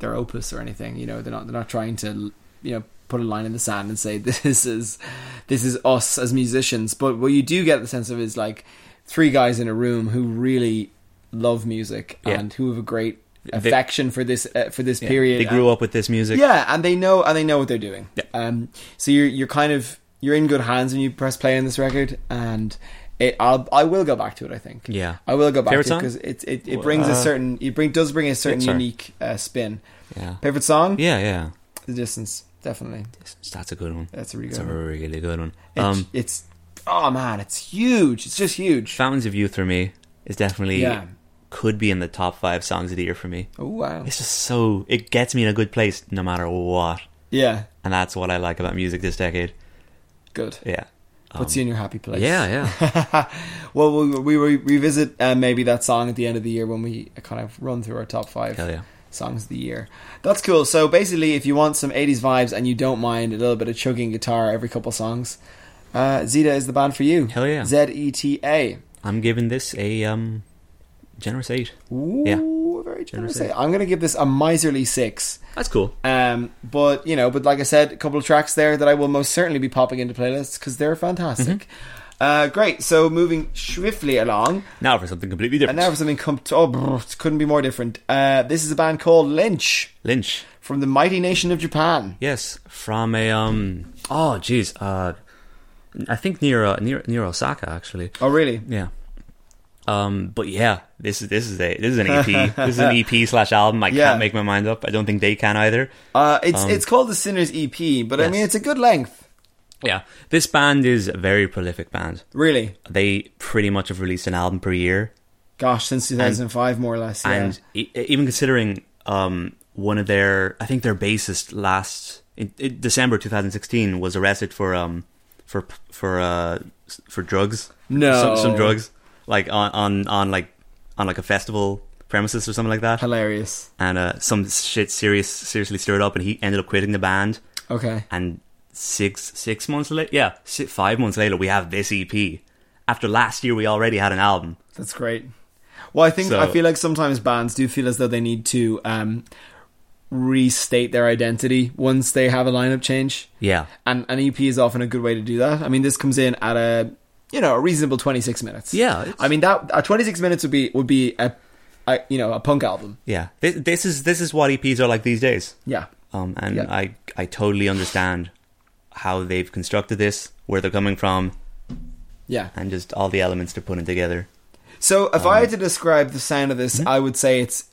D: their opus or anything. You know, they're not they're not trying to you know put a line in the sand and say this is this is us as musicians. But what you do get the sense of is like three guys in a room who really love music
E: Yeah.
D: and who have a great affection for this uh, for this
E: Yeah.
D: period.
E: They grew up with this music.
D: Yeah, and they know and they know what they're doing.
E: Yeah.
D: Um, so you're you're kind of you're in good hands when you press play on this record, and it I'll, I will go back to it. I think.
E: Yeah.
D: I will go back
E: Favorite
D: to it
E: song?
D: because it it, it brings a
E: Uh,
D: certain it bring does bring a certain
E: sorry.
D: unique uh, spin.
E: yeah,
D: Favorite song?
E: yeah, yeah.
D: The Distance, definitely.
E: That's a good one.
D: That's a really
E: That's
D: good
E: a
D: one.
E: really good one.
D: It's,
E: Um,
D: it's oh man, it's huge. It's just huge.
E: Fountains of Youth for me is definitely
D: Yeah.
E: could be in the top five songs of the year for me.
D: Oh wow.
E: It's just so it gets me in a good place no matter what,
D: Yeah.
E: and that's what I like about music this decade.
D: Good.
E: Yeah,
D: Puts you in your happy place.
E: um, yeah, yeah.
D: Well, we, we re- revisit uh, maybe that song at the end of the year when we kind of run through our top five
E: Hell yeah.
D: songs of the year. That's cool. So basically, if you want some 80s vibes and you don't mind a little bit of chugging guitar every couple songs, uh, Zeta is the band for you.
E: Hell yeah.
D: Z E T A.
E: I'm giving this a um, generous eight.
D: Ooh,
E: Yeah.
D: very generous.
E: Generous eight.
D: I'm going to give this a miserly six.
E: That's cool.
D: Um, but you know, but like I said, a couple of tracks there that I will most certainly be popping into playlists because they're fantastic.
E: Mm-hmm.
D: Uh, great. So moving swiftly along,
E: Now for something completely different.
D: and now for something come to, oh, brr, it couldn't be more different. Uh, this is a band called Lynch
E: Lynch.
D: from the mighty nation of Japan.
E: Yes, from a um. Oh, jeez. Uh, I think near uh, near near Osaka actually.
D: Oh, really?
E: Yeah. Um, but yeah, this is this is a this is an EP. this is an EP slash album. I
D: Yeah.
E: can't make my mind up. I don't think they can either.
D: Uh, it's it's called the Sinners EP, but I
E: Um, yes.
D: mean it's a good length,
E: Yeah, this band is a very prolific band.
D: really.
E: They pretty much have released an album per year,
D: Gosh, since 2005, more or less. Yeah.
E: and e- even considering um one of their, I think their bassist last in, in December 2016 was arrested for um for for uh s- for drugs.
D: No.
E: some, some drugs like on on on like on like a festival premises or something like that.
D: hilarious.
E: and uh, some shit serious seriously stirred up, and he ended up quitting the band.
D: Okay.
E: And six six months later, yeah, si five months later, we have this EP. After last year, we already had an album.
D: That's great. Well, I think
E: So-
D: I feel like sometimes bands do feel as though they need to um, restate their identity once they have a lineup change,
E: Yeah,
D: and an EP is often a good way to do that. I mean, this comes in at a you know a reasonable twenty six minutes.
E: Yeah, it's-
D: I mean that uh, twenty six minutes would be would be a, a you know a punk album.
E: yeah. This, this is this is what EPs are like these days.
D: Yeah,
E: Um, and
D: Yeah.
E: I I totally understand how they've constructed this, where they're coming from,
D: yeah.
E: and just all the elements they're putting together.
D: So if I had to describe the sound of this, I would say it's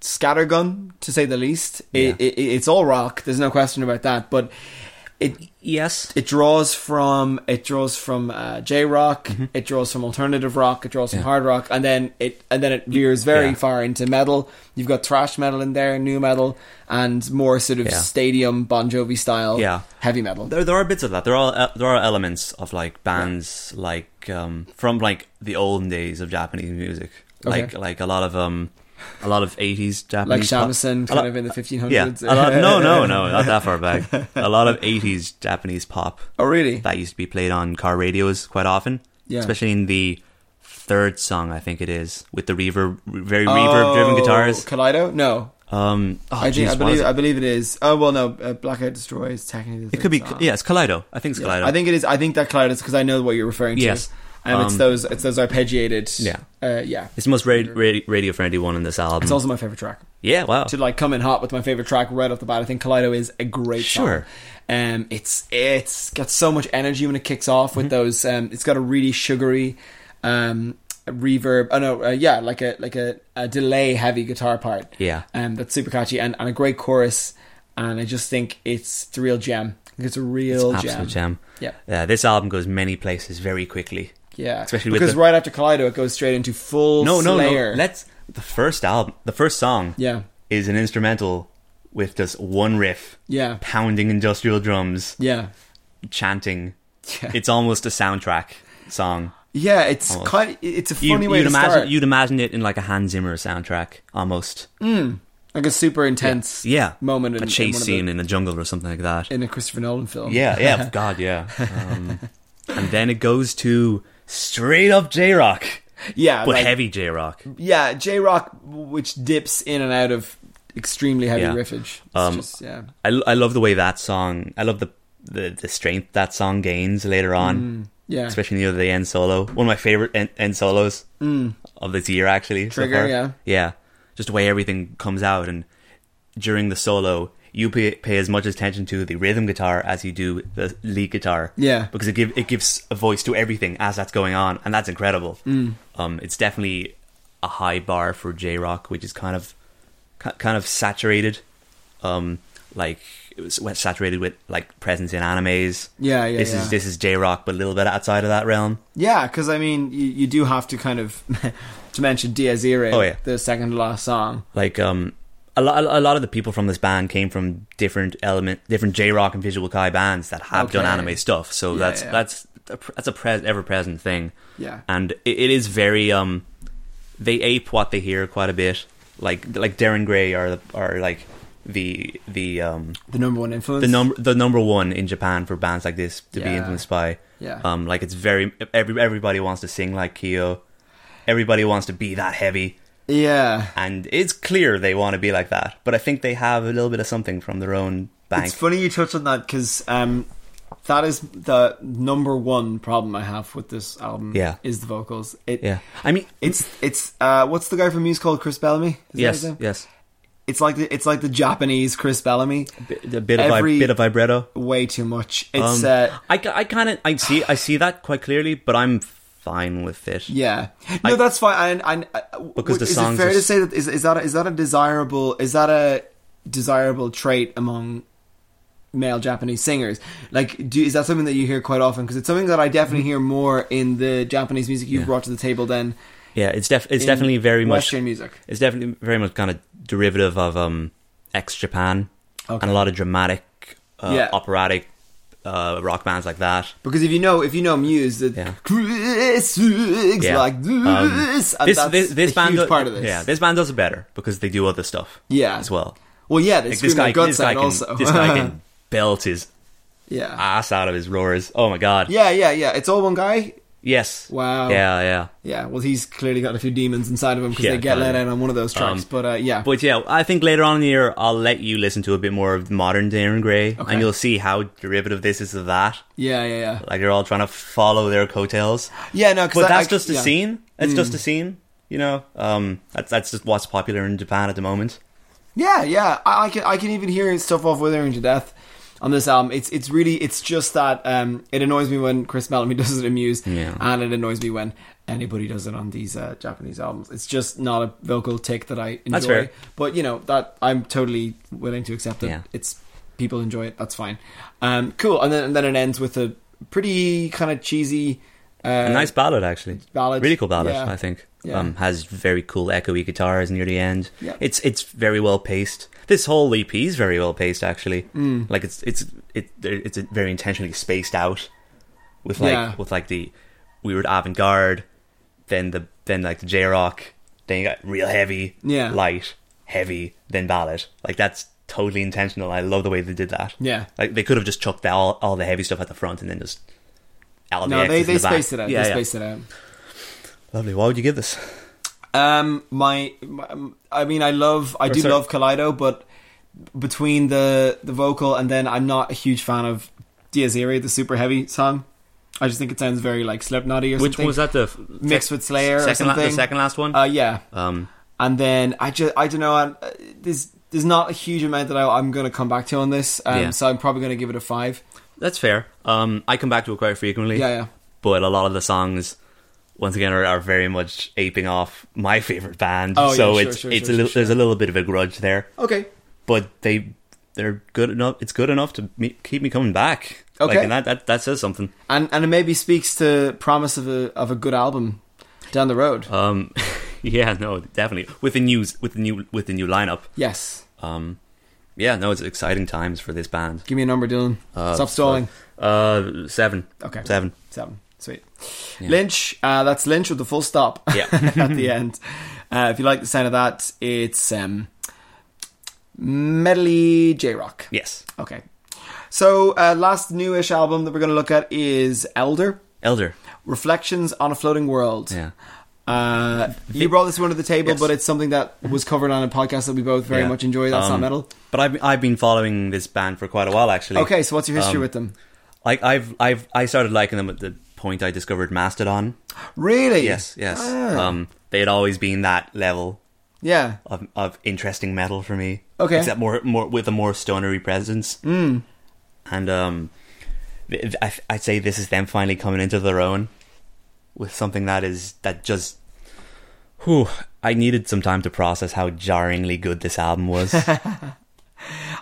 D: scattergun to say the least. It,
E: Yeah.
D: it, it's all rock. There's no question about that. But it
E: Yes.
D: it draws from it draws from uh, J rock,
E: Mm-hmm.
D: it draws from alternative rock, it draws from hard rock, and then it and then it veers very
E: Yeah.
D: far into metal. You've got thrash metal in there, new metal, and more sort of
E: Yeah.
D: stadium Bon Jovi style
E: Yeah.
D: heavy metal.
E: There, there are bits of that. There are uh, there are elements of like bands like um, from like the olden days of Japanese music, like
D: Okay.
E: like a lot of um, a lot of eighties
D: Like
E: Japanese pop-
D: Shamisen,
E: a lot-
D: kind of in the 1500s.
E: yeah. a lot- no, no, no, not that far back. A lot of eighties Japanese pop
D: Oh, really?
E: that used to be played on car radios quite often,
D: Yeah.
E: especially in the third song, I think it is, with the reverb, very reverb-driven
D: Oh,
E: guitars.
D: Kaleido? No.
E: Um, oh,
D: I, think, I,
E: jeez, what is
D: believe,
E: it?
D: I believe it is. Oh, well, no. Uh, Blackout Destroy is technically. The
E: it could be,
D: song.
E: yeah, it's Kaleido. I think it's Kaleido.
D: I think it is. I think that Kaleido is because I know what you're referring to.
E: Yes.
D: And it's
E: Um,
D: those it's those arpeggiated.
E: Yeah.
D: Uh, yeah.
E: It's the most ra- ra- radio friendly one in this album.
D: It's also my favorite track.
E: yeah, wow.
D: To like come in hot with my favorite track right off the bat, I think Kaleido is a great
E: Sure.
D: song. Um, it's it's got so much energy when it kicks off
E: Mm-hmm.
D: with those. Um, it's got a really sugary, um, reverb. Oh no, uh, yeah, like a like a, a delay heavy guitar part.
E: Yeah.
D: um, that's super catchy and, and a great chorus. And I just think it's the real gem. I think It's a real
E: It's
D: gem.
E: absolute gem.
D: Yeah.
E: Yeah, this album goes many places very quickly.
D: Yeah,
E: Especially with
D: because
E: the-
D: right after Kaleido, it goes straight into full
E: No, no,
D: Slayer.
E: no. Let's the first album, the first song,
D: Yeah.
E: is an instrumental with just one riff,
D: Yeah.
E: pounding industrial drums,
D: yeah,
E: chanting.
D: Yeah.
E: It's almost a soundtrack song.
D: yeah. It's
E: Almost.
D: kind. it's a funny way
E: would
D: to
E: imagine
D: start.
E: you'd imagine it in like a Hans Zimmer soundtrack almost.
D: like a super intense
E: Yeah,
D: moment in
E: a chase
D: in one of the-
E: scene in the jungle or something like that.
D: in a Christopher Nolan film.
E: yeah, yeah, God, yeah. Um, and then it goes to straight up J rock,
D: yeah,
E: but
D: like-
E: heavy J rock.
D: Yeah, J rock, which dips in and out of extremely heavy
E: Yeah.
D: riffage. It's
E: Um,
D: just- yeah,
E: I, I love the way that song. I love the the, the strength that song gains later on,
D: yeah.
E: especially near the end solo. One of my favorite end, end solos of this year, actually. so
D: Mm. Trigger,
E: far.
D: yeah.
E: yeah. Just the way everything comes out, and during the solo, you pay, pay as much attention to the rhythm guitar as you do the lead guitar.
D: Yeah.
E: because it give it gives a voice to everything as that's going on, and that's incredible.
D: Mm.
E: Um, it's definitely a high bar for J rock, which is kind of ki- kind of saturated um, like it was saturated with like presence in animes.
D: Yeah, yeah,
E: This
D: yeah.
E: is this is J rock, but a little bit outside of that realm.
D: Yeah, because I mean, you, you do have to kind of to mention Diaz Irae,
E: Oh, yeah.
D: the second to last song.
E: Like um, a lot a lot of the people from this band came from different element, different J rock and Visual Kai bands that have done
D: Okay.
E: anime stuff. So
D: Yeah,
E: that's
D: yeah.
E: that's a pr- that's a pres ever present thing.
D: Yeah,
E: and it, it is very um they ape what they hear quite a bit like like Darren Gray are the, are like the the um
D: the number one influence.
E: the number the number one in Japan for bands like this to be
D: Yeah.
E: influenced by
D: Yeah.
E: um like it's very every everybody wants to sing like Kyo everybody wants to be that heavy
D: yeah,
E: and it's clear they want to be like that but I think they have a little bit of something from their own bank
D: It's funny you touch on that because um, that is the number one problem I have with this album.
E: Yeah.
D: is the vocals. It,
E: yeah I mean
D: it's it's uh, what's the guy from Muse called Chris Bellamy? Is that his
E: yes
D: name?
E: yes
D: It's like the, it's like the Japanese Chris Bellamy.
E: a bit of
D: Every-
E: vib- bit of vibrato
D: Way too much. It's
E: Um,
D: uh,
E: I, ca- I kind of I see I see that quite clearly, but I'm fine with it.
D: Yeah, no, that's fine. And, and
E: Because the
D: is
E: songs
D: it fair
E: are
D: to
E: s-
D: say that is is that a, is that a desirable is that a desirable trait among male Japanese singers? Like, do, is that something that you hear quite often? Because it's something that I definitely
E: Mm-hmm.
D: hear more in the Japanese music you have brought to the table than
E: yeah. It's def it's
D: in
E: definitely very much
D: Western music.
E: it's definitely very much kind of derivative of um ex Japan and
D: Okay.
E: a lot of dramatic, uh,
D: Yeah.
E: operatic uh, rock bands like that.
D: Because if you know if you know Muse, that
E: Yeah.
D: Chris sings
E: Yeah.
D: like
E: Um,
D: this, and
E: this
D: that's
E: this, this
D: a
E: band
D: huge
E: do-
D: part of this.
E: yeah this band does it better because they do other stuff
D: Yeah.
E: as well.
D: Well, yeah, they
E: Like,
D: scream
E: this guy
D: their guts
E: this guy
D: out
E: can
D: also.
E: this guy can belt his
D: yeah.
E: ass out of his roars. Oh my god!
D: yeah, yeah, yeah. It's all one guy.
E: Yes.
D: Wow.
E: Yeah. Yeah.
D: Yeah, well, he's clearly got a few demons inside of him because
E: Yeah,
D: they get let
E: kinda.
D: out on one of those tracks.
E: Um,
D: but uh, yeah,
E: But yeah, I think later on in the year I'll let you listen to a bit more of modern Darren Gray,
D: Okay.
E: and you'll see how derivative this is of that.
D: yeah, yeah, yeah,
E: Like they're all trying to follow their coattails.
D: yeah. No, 'cause
E: But
D: I-
E: that's
D: I-
E: just a
D: yeah. Mm.
E: scene. It's just a scene. You know, um, that's that's just what's popular in Japan at the moment.
D: Yeah, yeah. I, I can I can even hear stuff off Withering to Death on this album. It's it's really it's just that um, it annoys me when Chris Bellamy does it in Muse,
E: Yeah.
D: and it annoys me when anybody does it on these uh, Japanese albums. It's just not a vocal tick that I enjoy.
E: That's fair.
D: But you know that I'm totally willing to accept that
E: Yeah.
D: it's people enjoy it. That's fine. Um, cool. And then and then it ends with a pretty kind of cheesy. Uh,
E: A nice ballad, actually.
D: ballad,
E: really cool ballad.
D: yeah.
E: I think.
D: Yeah.
E: Um, has very cool echoey guitars near the end.
D: Yeah.
E: It's it's very well paced. This whole EP is very well paced, actually. Mm. Like it's it's it it's very intentionally spaced out with like
D: Yeah.
E: with like the weird avant garde, then the then like the J rock, then you got real heavy,
D: Yeah.
E: light, heavy, then ballad. Like that's totally intentional. I love the way they did that.
D: Yeah.
E: Like they could have just chucked the, all all the heavy stuff at the front and then just. all the
D: No, they,
E: extras in
D: they
E: the back.
D: spaced it out.
E: Yeah,
D: they
E: yeah.
D: spaced it out.
E: Lovely. Why would you give this?
D: Um, my, my- um, I mean, I love, I do
E: sorry.
D: love Kaleido, but between the the vocal and then, I'm not a huge fan of Diaziri, the super heavy song. I just think it sounds very like Slipknotty or
E: Which
D: something.
E: one was that? The
D: Mixed with Slayer or
E: Second la- the
D: something.
E: second last one.
D: Uh, yeah,
E: um,
D: and then I just, I don't know. I, uh, there's there's not a huge amount that I, I'm going to come back to on this, um,
E: Yeah.
D: so I'm probably going to give it a five.
E: that's fair. Um, I come back to it quite frequently.
D: Yeah, yeah.
E: But a lot of the songs, once again, are, are very much aping off my favorite band.
D: Oh, yeah,
E: so
D: sure,
E: it's
D: sure,
E: it's
D: sure,
E: a little,
D: sure,
E: there's a little bit of a grudge there,
D: Okay,
E: but they they're good enough. It's good enough to me, keep me coming back.
D: Okay.
E: like, and that, that that says something.
D: and and it maybe speaks to promise of a of a good album down the road.
E: Um, yeah, no, definitely with the news with the new with the new lineup.
D: yes,
E: Um, yeah, no, it's exciting times for this band.
D: give me a number, Dylan.
E: Uh,
D: Stop stalling.
E: Uh, seven.
D: Okay.
E: seven.
D: Seven. Sweet. Lynch. Uh, that's Lynch with the full stop
E: Yeah.
D: at the end. Uh, if you like the sound of that, it's um, medley J rock.
E: Yes.
D: Okay. So, uh, last newish album that we're going to look at is Elder
E: Elder.
D: Reflections on a Floating World.
E: Yeah.
D: Uh, you brought this one to the table,
E: Yes.
D: but it's something that was covered on a podcast that we both very
E: Yeah.
D: much enjoy. That's not
E: Um,
D: metal.
E: But I've I've been following this band for quite a while actually.
D: Okay, so what's your history
E: um,
D: with them?
E: Like I've I've I started liking them at the point I discovered Mastodon.
D: Really?
E: Yes, yes.
D: Ah.
E: Um they had always been that level
D: yeah.
E: of of interesting metal for me.
D: Okay. Hmm.
E: Except more more with a more stonery presence. Mm. And um th- th- I I'd say this is them finally coming into their own with something that is that just whew, I needed some time to process how jarringly good this album was.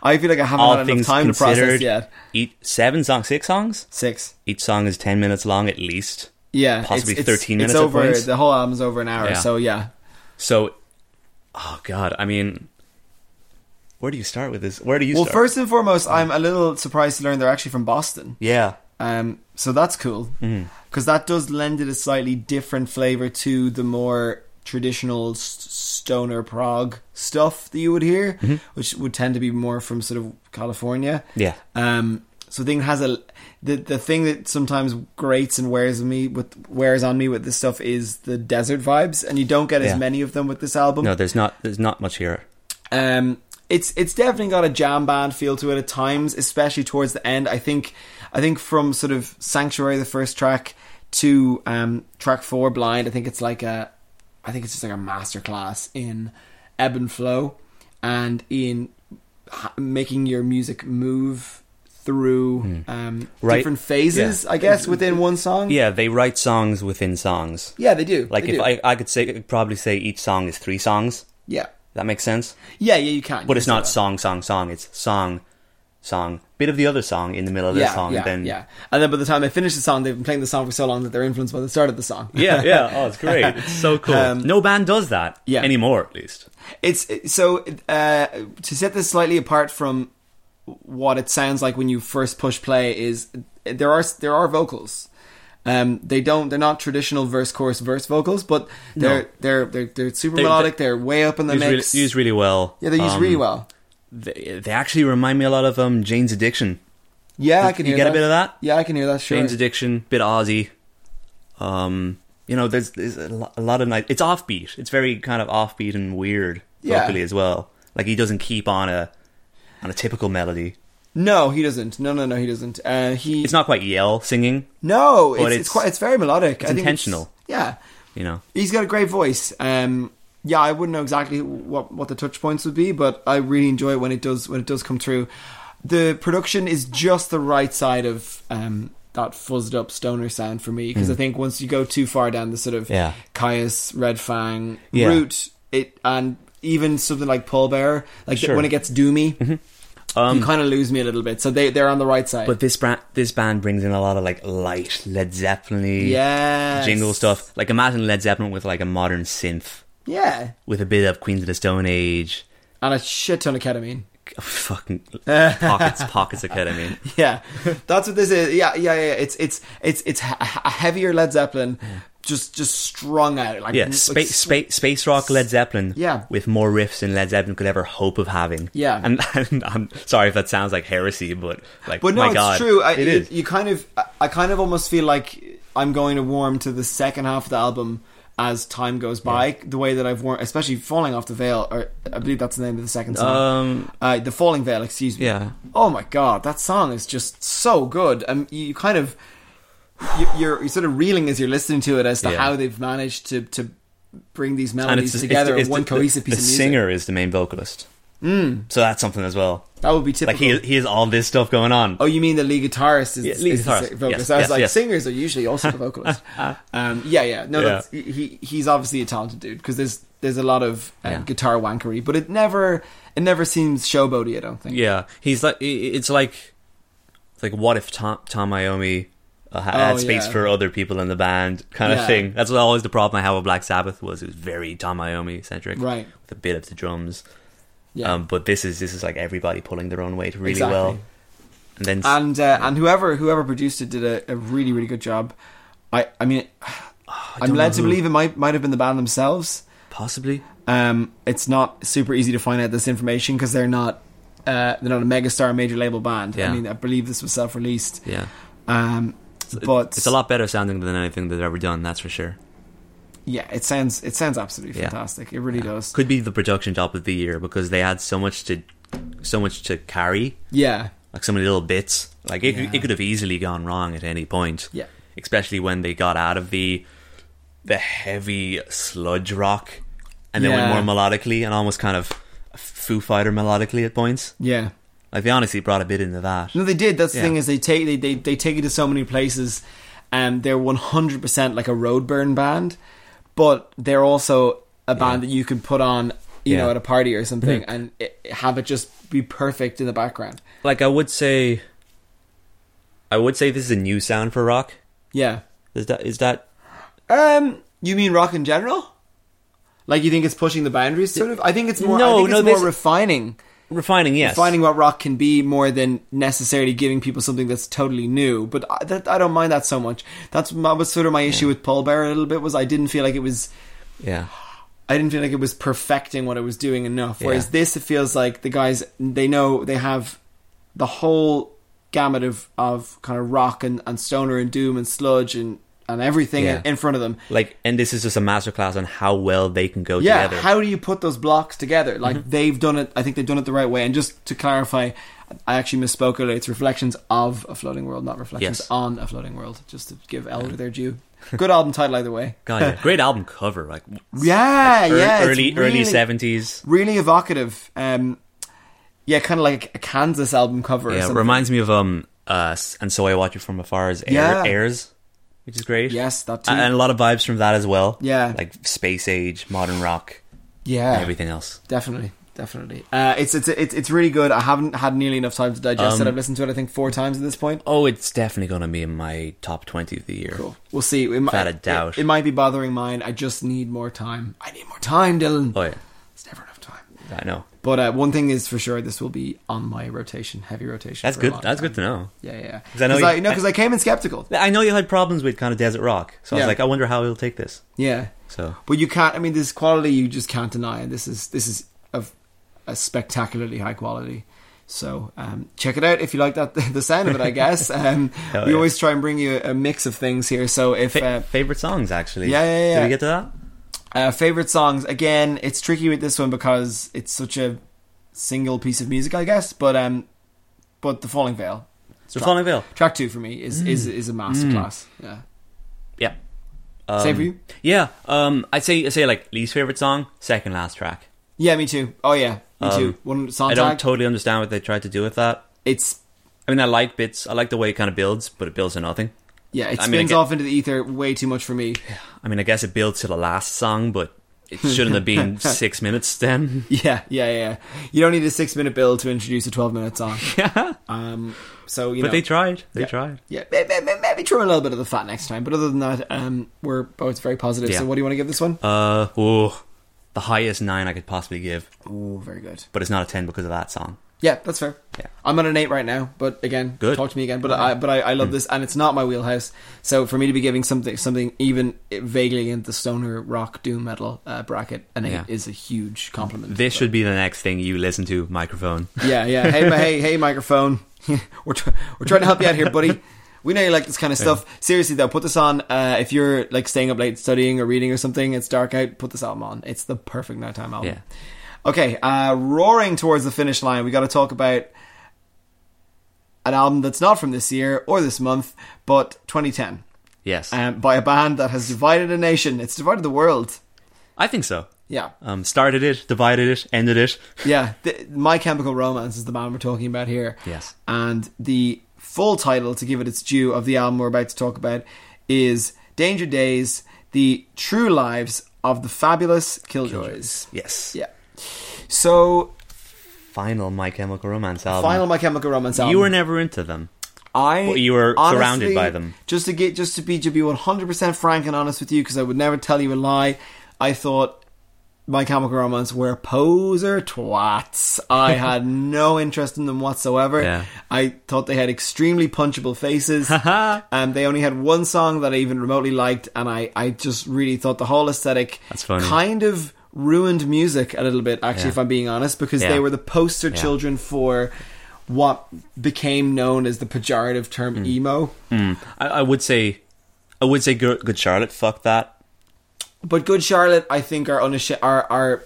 D: I feel like I haven't
E: all
D: had enough
E: things
D: time to process
E: considered,
D: yet.
E: each seven songs, six songs.
D: Six.
E: Each song is ten minutes long at least.
D: Yeah,
E: Possibly 13 minutes
D: It's
E: at
D: over.
E: points.
D: The whole album's over an hour.
E: Yeah.
D: So yeah,
E: So, oh god, I mean, where do you start with this? Where do you
D: Well,
E: start?
D: first and foremost, I'm a little surprised to learn they're actually from Boston.
E: yeah,
D: Um, so that's cool
E: Mm-hmm.
D: because that does lend it a slightly different flavor to the more traditional s- stoner prog stuff that you would hear, which would tend to be more from sort of California.
E: Mm-hmm. Yeah.
D: Um, so thing has a the the thing that sometimes grates and wears on me with wears on me with this stuff is the desert vibes, and you don't get as
E: Yeah.
D: many of them with this album.
E: no, there's not. There's not much here.
D: Um, it's it's definitely got a jam band feel to it at times, especially towards the end. I think I think from sort of Sanctuary, the first track, to um, track four, Blind. I think it's like a, I think it's just like a masterclass in ebb and flow, and in ha- making your music move through um,
E: Hmm. Right.
D: different phases.
E: Yeah.
D: I guess within one song.
E: Yeah, they write songs within songs.
D: yeah, they do.
E: Like
D: They
E: if
D: do.
E: I, I could say probably say each song is three songs.
D: yeah,
E: That makes sense.
D: yeah, yeah, you can.
E: But it's
D: You can
E: not
D: say that.
E: song, song, song. It's song, song, bit of the other song in the middle of the song,
D: yeah,
E: and then
D: yeah, and then by the time they finish the song, they've been playing the song for so long that they're influenced by the start of the song.
E: yeah, yeah. Oh, it's great. It's so cool. no band does that
D: Um, Yeah.
E: anymore, at least.
D: it's so uh, to set this slightly apart from what it sounds like when you first push play is there are there are vocals. Um, they don't. They're not traditional verse, chorus, verse vocals, but they're they're, they're they're super
E: They-
D: melodic. They're way up in the
E: Used really,
D: mix.
E: used really well.
D: yeah, they're used
E: Um,
D: really well.
E: They, they actually remind me a lot of um, Jane's Addiction.
D: Yeah, I can
E: you
D: hear
E: get a
D: that.
E: bit of that?
D: Yeah, I can hear that. Sure.
E: Jane's Addiction, bit Aussie. Um, you know, there's, there's a, lo- a lot of nice. It's offbeat. It's very kind of offbeat and weird
D: Yeah.
E: vocally as well. Like he doesn't keep on a on a typical melody.
D: no, he doesn't. No, no, no, he doesn't. Uh, he
E: It's not quite yell singing,
D: no. It's,
E: but
D: it's,
E: it's-
D: quite. It's very melodic.
E: it's
D: I think
E: intentional.
D: yeah.
E: you know.
D: He's got a great voice. Um, yeah, I wouldn't know exactly what what the touch points would be, but I really enjoy it when it does when it does come through. The production is just the right side of um, that fuzzed up stoner sound for me because I think once you go too far down the sort of
E: Hmm. Yeah.
D: Caius Red Fang
E: Yeah.
D: route, it and even something like Pallbearer, like
E: Sure. Mm-hmm.
D: when it gets doomy, you kind of lose me a little bit. So they they're on the right side.
E: Um, But this brand, this band brings in a lot of like light Led Zeppelin,
D: Yes.
E: jingle stuff. Like imagine Led Zeppelin with like a modern synth,
D: yeah,
E: with a bit of Queens of the Stone Age,
D: and a shit ton of ketamine.
E: fucking pockets, pockets of ketamine.
D: Yeah, that's what this is. Yeah, yeah, yeah. It's it's it's it's he- a heavier Led Zeppelin, just just strung out. Like
E: Yeah,
D: like
E: space,
D: s-
E: space, space rock Led Zeppelin.
D: Yeah.
E: with more riffs than Led Zeppelin could ever hope of having.
D: Yeah.
E: and, and I'm sorry if that sounds like heresy, but like,
D: But no,
E: my
D: it's
E: God,
D: true. I,
E: it is.
D: You kind of, I- I kind of almost feel like I'm going to warm to the second half of the album as time goes by. The way that I've worn, especially falling off the veil, or I believe that's the name of the second song.
E: um,
D: uh, the falling veil, excuse me.
E: Yeah.
D: Oh my god, that song is just so good. Um, you you kind of, you, you're, you're sort of reeling as you're listening to it as to
E: Yeah.
D: how they've managed to to bring these
E: and
D: melodies
E: it's, it's-
D: together
E: it's
D: in one
E: the-
D: cohesive
E: the,
D: piece
E: the
D: of music.
E: singer is the main vocalist. Mm. So that's something as well.
D: That would be typical.
E: Like he, he has all this stuff going on.
D: Oh, you mean the lead guitarist is,
E: Yeah, lead
D: is
E: guitarist.
D: the vocalist?
E: Yes,
D: I was
E: yes,
D: like,
E: yes. Uh-huh.
D: singers are usually also the vocalist. um, yeah, yeah. No,
E: Yeah.
D: That's, he he's obviously a talented dude because there's there's a lot of uh,
E: Yeah.
D: guitar wankery, but it never it never seems showboaty. I don't think.
E: Yeah, he's like i- i- it's like it's like what if Tom Tom Iommi uh, ha-
D: Oh,
E: had space
D: yeah.
E: for other people in the band kind
D: Yeah.
E: of thing. That's always the problem I had with Black Sabbath was it was very Tom Iommi centric,
D: Right.
E: With a bit of the drums,
D: Yeah.
E: um, but this is this is like everybody pulling their own weight really
D: Exactly.
E: well, and then s-
D: and uh, and whoever whoever produced it did a, a really really good job. I I mean, I'm led
E: don't know
D: to
E: who.
D: believe it might might have been the band themselves.
E: possibly
D: Um, it's not super easy to find out this information because they're not uh, they're not a megastar major label band. I
E: Yeah.
D: mean, I believe this was self released.
E: yeah.
D: Um, but
E: It's a lot better sounding than anything they've ever done. That's for sure.
D: Yeah, it sounds it sounds absolutely
E: Yeah.
D: fantastic. It really does.
E: Could be the production top of the year because they had so much to so much to carry.
D: yeah,
E: like so many little bits. Like it,
D: Yeah.
E: it could have easily gone wrong at any point.
D: Yeah.
E: especially when they got out of the the heavy sludge rock and then
D: Yeah.
E: went more melodically and almost kind of Foo Fighter melodically at points.
D: yeah.
E: Like they honestly brought a bit into that.
D: No, they did. That's the
E: Yeah.
D: thing is they take they, they they take it to so many places, and they're one hundred percent like a road burn band, but they're also a band that you can put on you know,
E: Yeah. Mm-hmm.
D: at a party or something, and it, have it just be perfect in the background.
E: Like I would say, I would say this is a new sound for rock.
D: Yeah.
E: Is that is that
D: Um, you mean rock in general? Like you think it's pushing the boundaries, sort of? I think it's more.
E: No,
D: I think
E: no,
D: it's more
E: this-
D: refining,
E: refining? Yes,
D: refining what rock can be, more than necessarily giving people something that's totally new. But I, that, I don't mind that so much. That's my, was sort of my issue with Paul Bearer a little bit was I didn't feel like it was.
E: Yeah,
D: I didn't feel like it was perfecting what it was doing enough. Whereas
E: Yeah.
D: this, it feels like the guys they know they have the whole gamut of, of kind of rock and, and stoner and doom and sludge and and everything
E: Yeah.
D: in front of them.
E: like and this is just a masterclass on how well they can go
D: Yeah,
E: together. Mm-hmm.
D: how do you put those blocks together? Like they've done it. I think they've done it the right way. And just to clarify, I actually misspoke earlier. It's reflections of a floating world, not reflections
E: Yes.
D: on a floating world. Just to give Elder their due. Good album title either way.
E: God, yeah. great album cover, like
D: Yeah,
E: ear-
D: yeah. it's
E: early early
D: really-
E: seventies.
D: really evocative. Um, yeah, kind of like a Kansas album cover. or
E: Yeah, it
D: something.
E: reminds me of um uh S- and so I watch you from afar's air,
D: Yeah.
E: airs, which is great.
D: Yes, that
E: A-
D: too.
E: and a lot of vibes from that as well.
D: Yeah.
E: like space age, modern rock,
D: yeah,
E: and everything else.
D: definitely, definitely. Uh, it's it's it's it's really good. I haven't had nearly enough time to digest it.
E: Um,
D: I've listened to it, I think, four times at this point.
E: Oh, it's definitely gonna be in my top twenty of the year.
D: Cool. We'll see. It, mi-
E: Without a doubt.
D: It, it might be bothering mine. I just need more time. I need more time, Dylan.
E: Oh yeah,
D: It's never enough time.
E: I know.
D: But uh, one thing is for sure, this will be on my rotation, heavy rotation.
E: That's
D: for a
E: good.
D: long
E: That's good to
D: time.
E: know.
D: Yeah, yeah.
E: 'Cause I know you-
D: I, no, because I came in skeptical.
E: I know you had problems with kind of desert rock, so I
D: Yeah.
E: was like, I wonder how he'll take this.
D: Yeah.
E: So
D: But you can't. I mean, this quality you just can't deny, and this is this is of a spectacularly high quality. So um, check it out if you like that the sound of it. I guess um,
E: Hell
D: we
E: yeah.
D: always try and bring you a mix of things here. So if
E: Fa-
D: uh,
E: favorite songs, actually.
D: Yeah, yeah, yeah.
E: Did we get to that?
D: uh, favorite songs again, it's tricky with this one because it's such a single piece of music, I guess. But um, but the Falling Veil,
E: So Falling Mm. Veil.
D: track two for me is is is a masterclass. Yeah,
E: Yeah.
D: same for you.
E: Yeah. Um, I'd say I'd say like least favorite song, second last track.
D: Yeah, me too. Oh yeah, me
E: Um,
D: too. One song
E: I don't
D: tag.
E: totally understand what they tried to do with that.
D: it's
E: I mean, I like bits. I like the way it kind of builds, but it builds to nothing.
D: yeah, it
E: I
D: spins
E: mean, I get-
D: off into the ether way too much for me.
E: I mean, I guess it builds to the last song, but it shouldn't have been six minutes then.
D: Yeah, yeah, yeah. You don't need a six minute bill to introduce a 12 minute song.
E: yeah.
D: Um, so, you
E: But
D: know.
E: they tried. They
D: Yeah.
E: tried.
D: yeah, maybe, maybe throw in a little bit of the fat next time. But other than that, um, we're both very positive.
E: Yeah.
D: So, what do you want to give this one?
E: Uh, oh, the highest nine I could possibly give,
D: Oh, very good.
E: but it's not a ten because of that song.
D: Yeah, that's fair.
E: Yeah.
D: I'm on an eight right now, but again,
E: Good. Hmm.
D: talk to me again. But I, but I, I love this, and it's not my wheelhouse. So for me to be giving something, something even vaguely in the stoner rock doom metal uh, bracket, an eight
E: Yeah.
D: is a huge compliment.
E: This
D: So-
E: should be the next thing you listen to, microphone.
D: Yeah, yeah. Hey, ma- hey, hey, microphone. we're tr- we're trying to help you out here, buddy. We know you like this kind of stuff. Seriously though, put this on. Uh, if you're like staying up late studying or reading or something, it's dark out. Put this album on. It's the perfect nighttime album.
E: Yeah.
D: Okay, uh, roaring towards the finish line. We got to talk about an album that's not from this year or this month, but 2010
E: Yes,
D: um, by a band that has divided a nation. It's divided the world.
E: I think so.
D: Yeah.
E: Um, started it, divided it, ended it.
D: yeah, th My Chemical Romance is the band we're talking about here.
E: Yes.
D: And the full title, to give it its due, of the album we're about to talk about is Danger Days The True Lives of the Fabulous Killjoys.
E: Yes.
D: Yeah. So,
E: Final My Chemical Romance album.
D: final My Chemical Romance album.
E: You were never into them.
D: I
E: Well, you were
D: honestly,
E: surrounded by them.
D: Just to get, just to be, to be one hundred percent frank and honest with you, because I would never tell you a lie. I thought my chemical romance were poser twats. I had no interest in them whatsoever.
E: Yeah.
D: I thought they had extremely punchable faces. um, they only had one song that I even remotely liked, and I, I just really thought the whole aesthetic
E: That's funny.
D: kind of ruined music a little bit. Actually, if
E: Yeah.
D: I'm being honest, because they
E: Yeah.
D: were the poster children for what became known as the pejorative term emo.
E: I, I would say, I would say, Good, Good Charlotte. Fuck that.
D: But Good Charlotte, I think, are unash- are are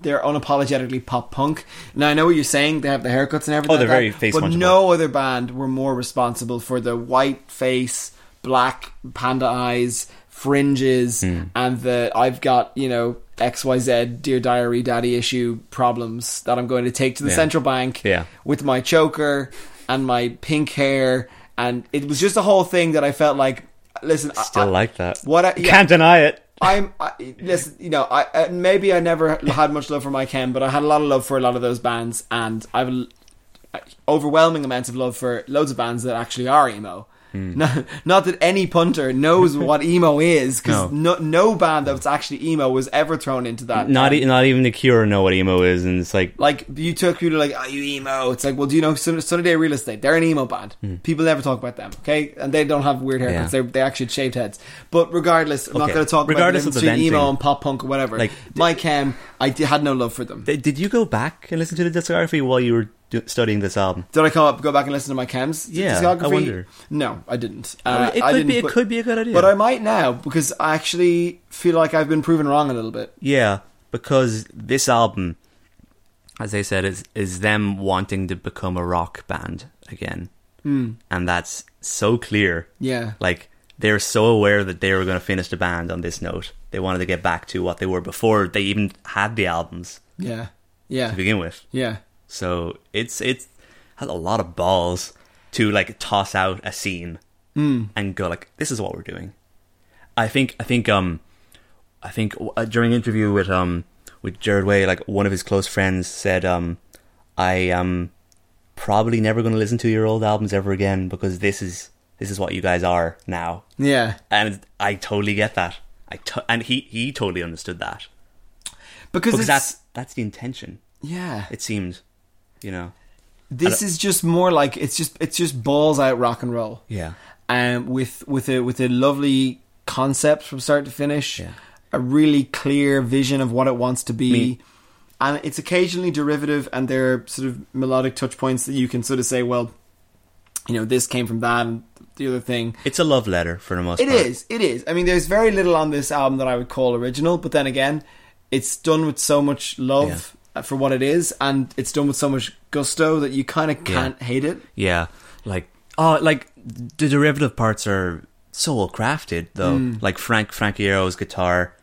D: they're unapologetically pop punk. Now I know what you're saying; they have the haircuts and everything.
E: Oh, they're
D: like
E: very
D: that,
E: face
D: But
E: punchable.
D: no other band were more responsible for the white face, black panda eyes, fringes,
E: Hmm.
D: and the I've got you know X Y Z Dear Diary Daddy issue problems that I'm going to take to the
E: Yeah.
D: central bank
E: Yeah.
D: with my choker and my pink hair, and it was just a whole thing that I felt like. Listen, I-
E: Still
D: I,
E: like that.
D: Uh, What I, yeah,
E: Can't deny it.
D: I'm I, listen. You know, I uh, maybe I never had much love for My Chem, but I had a lot of love for a lot of those bands, and I've a l- uh, overwhelming amounts of love for loads of bands that actually are emo.
E: Hmm.
D: Not, not that any punter knows what emo is, because no. no band that's actually emo was ever thrown into that.
E: Not e- not even the Cure know what emo is, and it's like
D: like you took people like, "Are you emo?" It's like, well, do you know Sun- Sunday Real Estate? They're an emo band. People never talk about them, okay? And they don't have weird haircuts.
E: Hmm.
D: They
E: Yeah.
D: they actually had shaved heads. But regardless, I'm not
E: Okay.
D: going to talk
E: Regardless
D: about
E: of
D: the
E: the
D: difference between emo
E: venting.
D: and pop punk or whatever. Like
E: Like,
D: my chem, I d- had no love for them.
E: Th- Did you go back and listen to the discography while you were do- studying this album?
D: Did I come up, go back and listen to my chems
E: Yeah,
D: discography?
E: I wonder.
D: No, I didn't.
E: I mean,
D: Uh,
E: it
D: I
E: could
D: didn't,
E: be- it
D: but-
E: could be a good idea.
D: but I might now because I actually feel like I've been proven wrong a little bit.
E: Yeah, because this album, as I said, is is them wanting to become a rock band again, mm. and that's so clear.
D: Yeah.
E: like they're so aware that they were going to finish the band on this note. They wanted to get back to what they were before they even had the albums
D: Yeah, yeah,
E: to begin with.
D: yeah.
E: So it's it's has a lot of balls to like toss out a scene and go like this is what we're doing. I think I think um I think uh, during an interview with um with Jared Way like one of his close friends said um I am probably never going to listen to your old albums ever again because this is this is what you guys are now.
D: Yeah,
E: And I totally get that. I to- and he he totally understood that.
D: because,
E: Because
D: it's,
E: that's that's the intention.
D: yeah.
E: It seemed, you know.
D: this is just more like it's just it's just balls out rock and roll.
E: Yeah.
D: Um, with with a with a lovely concept from start to finish,
E: Yeah.
D: a really clear vision of what it wants to be,
E: Me-
D: and it's occasionally derivative, and there are sort of melodic touch points that you can sort of say, well, you know, this came from that, and the other thing.
E: It's a love letter for the most
D: It
E: part.
D: is. It is. I mean, there's very little on this album that I would call original, but then again, it's done with so much love uh for what it is, and it's done with so much gusto that you kind of can't hate it.
E: Yeah. Like oh, like the derivative parts are so well crafted though.
D: Mm.
E: Like Frank Frankiero's guitar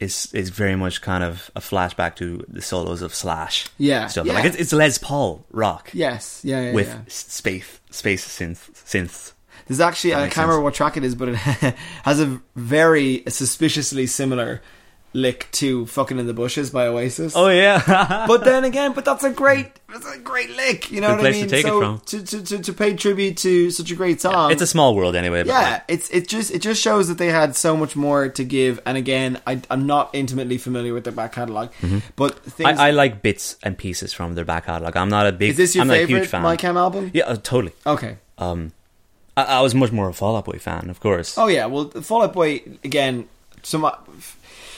E: is is very much kind of a flashback to the solos of Slash.
D: Yeah,
E: Stuff.
D: yeah.
E: Like it's, it's Les Paul rock.
D: Yes. Yeah. yeah
E: With
D: yeah.
E: s- space space synth synths.
D: There's actually I
E: makes
D: can't remember what track it is, but it has a very suspiciously similar lick to "Fucking in the Bushes" by Oasis.
E: Oh, yeah.
D: but then again, but that's a great, that's a great lick. You know what
E: Good place
D: I
E: to
D: mean?
E: take it
D: so
E: from.
D: To, to to to pay tribute to such a great song.
E: it's a small world anyway. But
D: yeah. It's it just it just shows that they had so much more to give. And again, I, I'm not intimately familiar with their back catalog, but things.
E: Mm-hmm. I, I like bits and pieces from their back catalog. I'm not a big.
D: is this your
E: I'm not a huge
D: favorite
E: fan.
D: My Chem album?
E: Yeah, uh, totally.
D: Okay.
E: Um, I, I was much more of a Fall Out Boy fan, of course.
D: Oh yeah, well, Fall Out Boy again. Some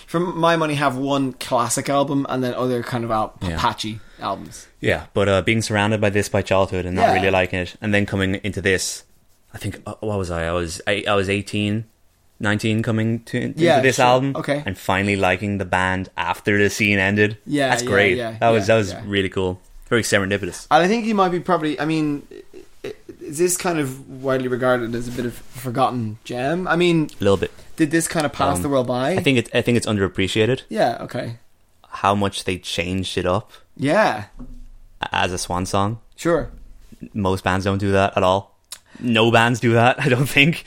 D: from my money have one classic album and then other kind of al-
E: Yeah.
D: patchy albums.
E: Yeah, but uh, being surrounded by this by childhood and not
D: Yeah.
E: really liking it, and then coming into this, I think uh, what was I? I was I, I was 18, 19 coming to into
D: Yeah,
E: this
D: sure.
E: album.
D: Okay.
E: and finally liking the band after the scene ended.
D: Yeah,
E: that's
D: yeah,
E: great.
D: yeah,
E: that was
D: yeah,
E: that was
D: yeah. Uh,
E: really cool. Very serendipitous.
D: And I think he might be probably. I mean, i- i- is this kind of widely regarded as a bit of forgotten gem? I mean,
E: A little bit.
D: did this kind of pass
E: Um,
D: the world by?
E: I think it's I think it's underappreciated
D: Yeah. Okay.
E: how much they changed it up
D: Yeah.
E: as a swan song.
D: Sure.
E: most bands don't do that at all. No bands do that, I don't think.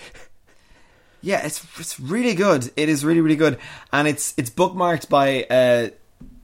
D: Yeah, it's it's really good. It is really really good, and it's it's bookmarked by uh,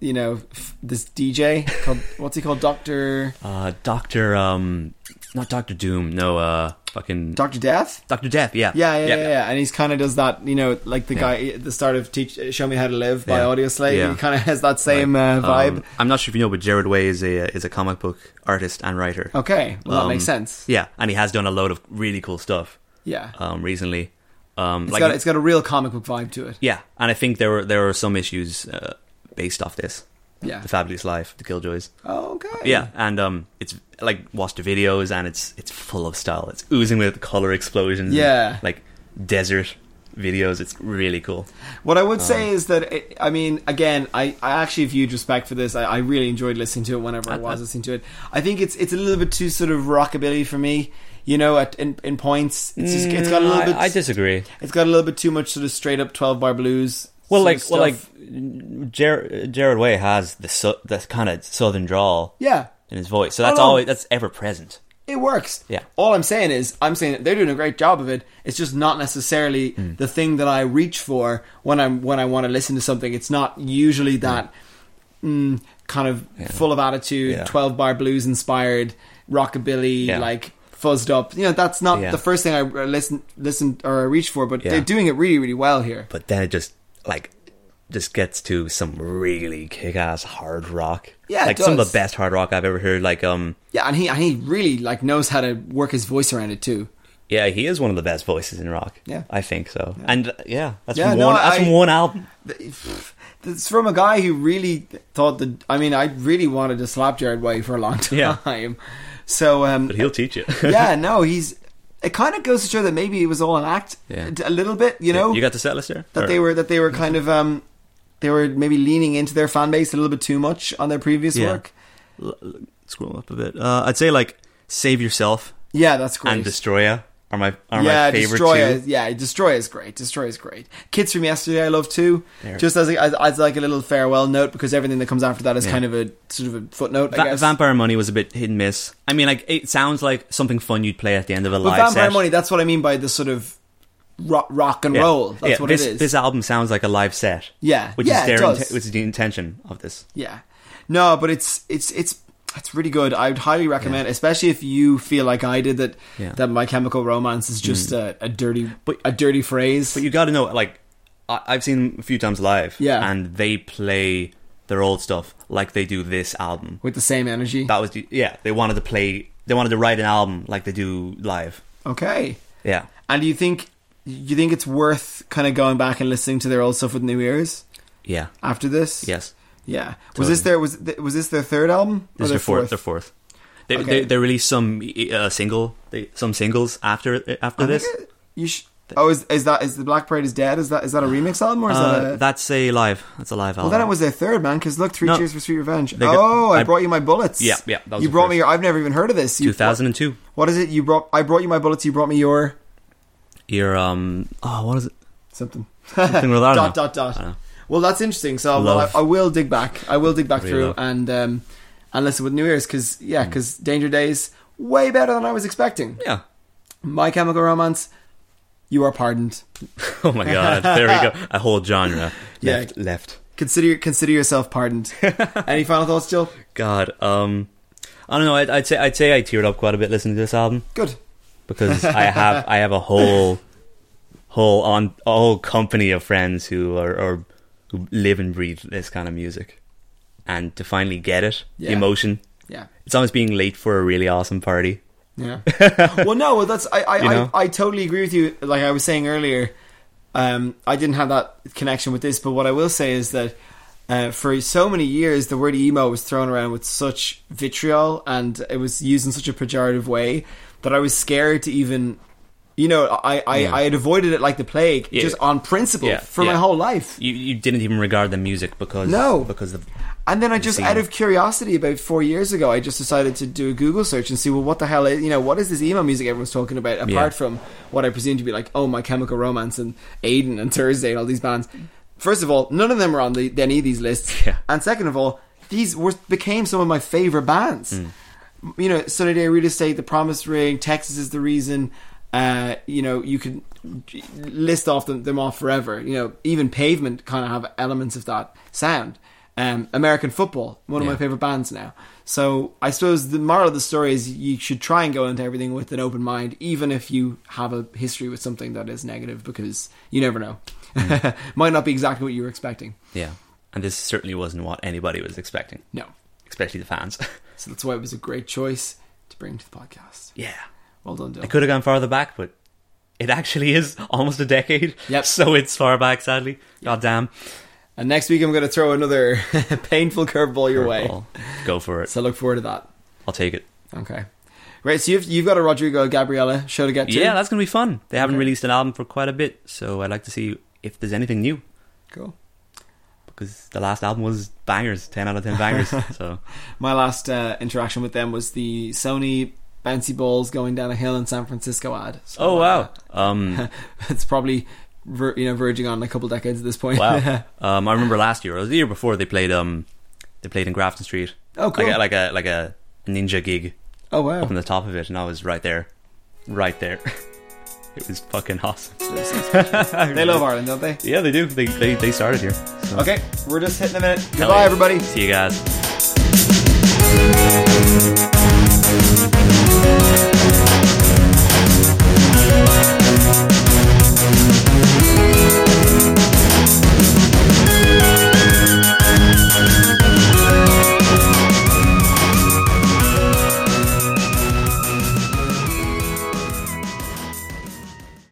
D: you know, f- this DJ called what's he called, Doctor
E: Uh, Doctor, um, not Doctor Doom, no, uh, fucking
D: Doctor Death.
E: Doctor Death, yeah.
D: Yeah, yeah, yeah, yeah. And he's kind of does that, you know, like the guy at the start of "Teach, uh, Show Me How to Live" by
E: Yeah.
D: Audio Slave.
E: Yeah.
D: He kind of has that same uh, vibe.
E: Um, I'm not sure if you know, but Jared Way is a is a comic book artist and writer.
D: okay, Oh, well that
E: Um,
D: makes sense.
E: Yeah, and he has done a load of really cool stuff
D: Yeah,
E: um, recently. Um,
D: it's
E: like,
D: got it's got a real comic book vibe to it.
E: yeah, and I think there were there were some issues uh, based off this.
D: Yeah.
E: The Fabulous Life, The Killjoys.
D: Okay.
E: Yeah, and um, it's like watch the videos, and it's it's full of style. It's oozing with color explosions. and,
D: Yeah.
E: like desert videos. It's really cool.
D: What I
E: Uh-huh.
D: would say is that it, I mean, again, I, I actually have huge respect for this. I, I really enjoyed listening to it whenever I, was
E: I-
D: listening to it. I think it's it's a little bit too sort of rockabilly for me. You know, at, in in points, it's just it's got a little bit.
E: Mm, I, disagree.
D: it's got a little bit too much sort of straight up twelve bar blues.
E: Well,
D: sort
E: like,
D: of
E: well,
D: stuff.
E: like, Jar- Jared Way has the su- the kind of southern drawl
D: yeah. Oh,
E: in his voice, so that's
D: Hold on.
E: always that's ever present.
D: It works.
E: Yeah.
D: All I'm saying is, I'm saying that they're doing a great job of it. It's just not necessarily
E: Hmm.
D: the thing that I reach for when I'm when I want to listen to something. It's not usually
E: Hmm.
D: that mm, kind of full of attitude,
E: Yeah.
D: twelve bar blues inspired rockabilly,
E: Yeah.
D: like fuzzed up. You know, that's not
E: Yeah.
D: the first thing I uh, listen listen or I reach for. But
E: Yeah.
D: they're doing it really really well here.
E: but then it just like just gets to some really kick-ass hard rock.
D: Yeah, it
E: like some of
D: does.
E: the best hard rock I've ever heard. Like, um,
D: Yeah, and he and he really like knows how to work his voice around it too.
E: yeah, he is one of the best voices in rock.
D: Yeah.
E: I think so. And uh, yeah, that's
D: Yeah,
E: from
D: no,
E: one. that's
D: I-
E: from one album.
D: It's from a guy who really thought that. I mean, I really wanted to slap Jared Way for a long
E: Yeah.
D: time. So, um,
E: But he'll teach you.
D: yeah, no, he's. It kind of goes to show that maybe it was all an act,
E: Yeah.
D: a little bit. You know,
E: you got the set list there.
D: that
E: Or-
D: they were that they were kind of um, they were maybe leaning into their fan base a little bit too much on their previous
E: Yeah.
D: work.
E: L- l- scroll up a bit. Uh, I'd say like save yourself
D: Yeah, that's great.
E: and destroyer are my are
D: yeah,
E: my favorite
D: Destroyer.
E: two.
D: Yeah, Destroyer is great. Destroyer is great. Kids from Yesterday, I love too. Just as, a, as as like a little farewell note because everything that comes after that is
E: Yeah.
D: kind of a sort of a footnote. I
E: Va-
D: guess.
E: Vampire Money was a bit hit and miss. I mean, like it sounds like something fun you'd play at the end of a
D: but
E: live
D: Vampire
E: set.
D: Money. That's what I mean by the sort of rock, rock and
E: Yeah.
D: roll. That's
E: Yeah,
D: what
E: this,
D: it is.
E: This album sounds like a live set.
D: Yeah.
E: which
D: Yeah,
E: is
D: it
E: their
D: does.
E: inten- which is the intention of this.
D: yeah, no, but it's it's it's it's really good. I would highly recommend, especially if you feel like I did that.
E: Yeah. Mm.
D: That My Chemical Romance is just a, a dirty,
E: But-
D: a dirty phrase.
E: But you got to know, like I- I've seen them a few times live,
D: Yeah.
E: and they play their old stuff like they do this album.
D: with the same energy.
E: That was the, yeah, they wanted to play, they wanted to write an album like they do live.
D: okay.
E: Yeah,
D: And do you think you think it's worth kind of going back and listening to their old stuff with new ears
E: yeah,
D: after this?
E: yes.
D: yeah. Was this
E: Totally.
D: their was th- was this their third album? Or
E: This is their fourth. Their fourth. They,
D: Oh, Okay.
E: they they released some uh, single, they, some singles after uh, after
D: I think
E: this.
D: it- you sh- oh, is is that is the Black Parade is dead? Is that is that a remix album or is that
E: Uh,
D: a?
E: that's a live. That's a live
D: well,
E: album.
D: then it was their third man. Because look, Three
E: No.
D: Cheers for Sweet Revenge.
E: got-
D: oh, I,
E: I-
D: brought you my bullets.
E: Yeah, yeah, that was
D: you
E: the
D: brought me your.
E: first.
D: I've never even heard of this. You-
E: 2002.
D: what is it? You brought. I brought you my bullets. You brought me your
E: Your um, oh, what is it?
D: something.
E: Something with that.
D: dot dot dot. Well, that's interesting. So well,
E: Love.
D: I, I will dig back. I will dig back
E: Really
D: through
E: love. Mm.
D: and um, and listen with new ears because yeah, because Danger Days way better than I was expecting.
E: Yeah.
D: My Chemical Romance, you are pardoned.
E: Oh my god. There we go. A whole genre.
D: Yeah.
E: Left. Left.
D: Consider consider yourself pardoned. Any final thoughts, Jill?
E: God. Um. I don't know. I'd, I'd say I'd say I teared up quite a bit listening to this album
D: Good.
E: because I have I have a whole whole on a whole company of friends who are, are who live and breathe this kind of music, and to finally get it,
D: Yeah.
E: the emotion.
D: Yeah.
E: It's almost being late for a really awesome party.
D: Yeah. well, no. Well, that's I I,
E: You know?
D: I I totally agree with you. Like I was saying earlier, um, I didn't have that connection with this, but what I will say is that uh, for so many years, the word emo was thrown around with such vitriol, and it was used in such a pejorative way that I was scared to even. You know, I, I, I had avoided it like the plague,
E: Yeah.
D: just on principle,
E: Yeah,
D: for my
E: yeah.
D: whole life.
E: You you didn't even regard the music because
D: No.
E: because of
D: And then I just,
E: seen
D: out
E: it.
D: of curiosity, about four years ago, I just decided to do a Google search and see, well, what the hell is, you know, what is this emo music everyone's talking about, apart
E: Yeah.
D: from what I presume to be like, oh, My Chemical Romance and Aiden and Thursday and all these bands. First of all, none of them are on the, any of these lists.
E: Yeah.
D: And second of all, these were became some of my favorite bands. You know, Sunny Day Real Estate, The Promise Ring, Texas is the Reason. Uh, you know, you could list off them, them off forever. You know, even Pavement kind of have elements of that sound. Um, American Football, one of my
E: Yeah.
D: favorite bands now. So I suppose the moral of the story is you should try and go into everything with an open mind, even if you have a history with something that is negative, because you never know. Might not be exactly what you were expecting.
E: yeah. And this certainly wasn't what anybody was expecting,
D: No.
E: especially the fans.
D: So that's why it was a great choice to bring to the podcast.
E: yeah.
D: Well done, Dylan.
E: I could have gone farther back, but it actually is almost a decade.
D: Yep.
E: So it's far back, sadly. God damn.
D: And next week I'm going to throw another painful curveball your way.
E: Well, Go for it.
D: So look forward to that.
E: I'll take it.
D: Okay. Right, so you've, you've got a Rodrigo Gabriella show to get to.
E: Yeah, that's going to be fun. They haven't released an album for quite a bit, so I'd like to see if there's anything new
D: cool.
E: because the last album was bangers, 10 out of 10 bangers. so
D: My last uh, interaction with them was the Sony bouncy balls going down a hill in San Francisco ad. So,
E: Oh wow. Um
D: uh, it's probably ver- you know verging on a couple decades at this point.
E: wow. Um I remember last year, or the year before they played um they played in Grafton Street.
D: Oh, cool.
E: Like a, like a like a ninja gig.
D: Oh wow.
E: up on the top of it, and I was right there, right there. It was fucking awesome.
D: They love Ireland, don't they?
E: Yeah, they do. They they, they started here. So.
D: Okay, we're just hitting a minute.
E: Hell
D: Goodbye,
E: yeah.
D: everybody.
E: See you guys.